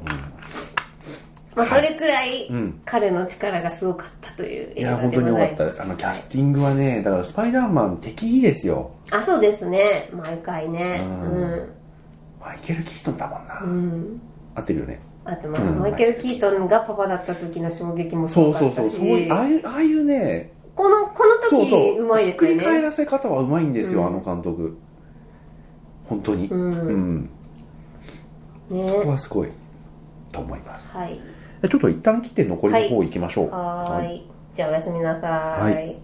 Speaker 2: まあ、それくらい
Speaker 1: うん
Speaker 2: 彼の力がすごかったという
Speaker 1: い
Speaker 2: 映
Speaker 1: や
Speaker 2: 画
Speaker 1: 本
Speaker 2: で
Speaker 1: 当に
Speaker 2: ご
Speaker 1: 良
Speaker 2: ざ
Speaker 1: か
Speaker 2: い
Speaker 1: っ
Speaker 2: ます
Speaker 1: たあのキャスティングはねだからスパイダーマン敵いいですよ
Speaker 2: あそうですね毎回ね
Speaker 1: うんマイケル・キートンだもんな、
Speaker 2: うん、うん、
Speaker 1: 合ってるよね
Speaker 2: あとます、
Speaker 1: うん
Speaker 2: マイケル・キートンがパパだった時の衝撃もす
Speaker 1: そ
Speaker 2: ご
Speaker 1: う
Speaker 2: か
Speaker 1: そう
Speaker 2: っ
Speaker 1: そ
Speaker 2: た
Speaker 1: う
Speaker 2: し
Speaker 1: そういうああいうああいうね
Speaker 2: このこの
Speaker 1: そう
Speaker 2: 時
Speaker 1: そう
Speaker 2: うまいです
Speaker 1: ひっ
Speaker 2: よ
Speaker 1: くり返
Speaker 2: ね
Speaker 1: らせ方はうまいんですよ、
Speaker 2: うん
Speaker 1: あの監督本当に
Speaker 2: う
Speaker 1: うん、
Speaker 2: ん
Speaker 1: ここ
Speaker 2: ね
Speaker 1: はすごいと思います
Speaker 2: はい
Speaker 1: でちょっと一旦切って残りの方行きましょう、
Speaker 2: はーいじゃあおやすみなさ
Speaker 1: はい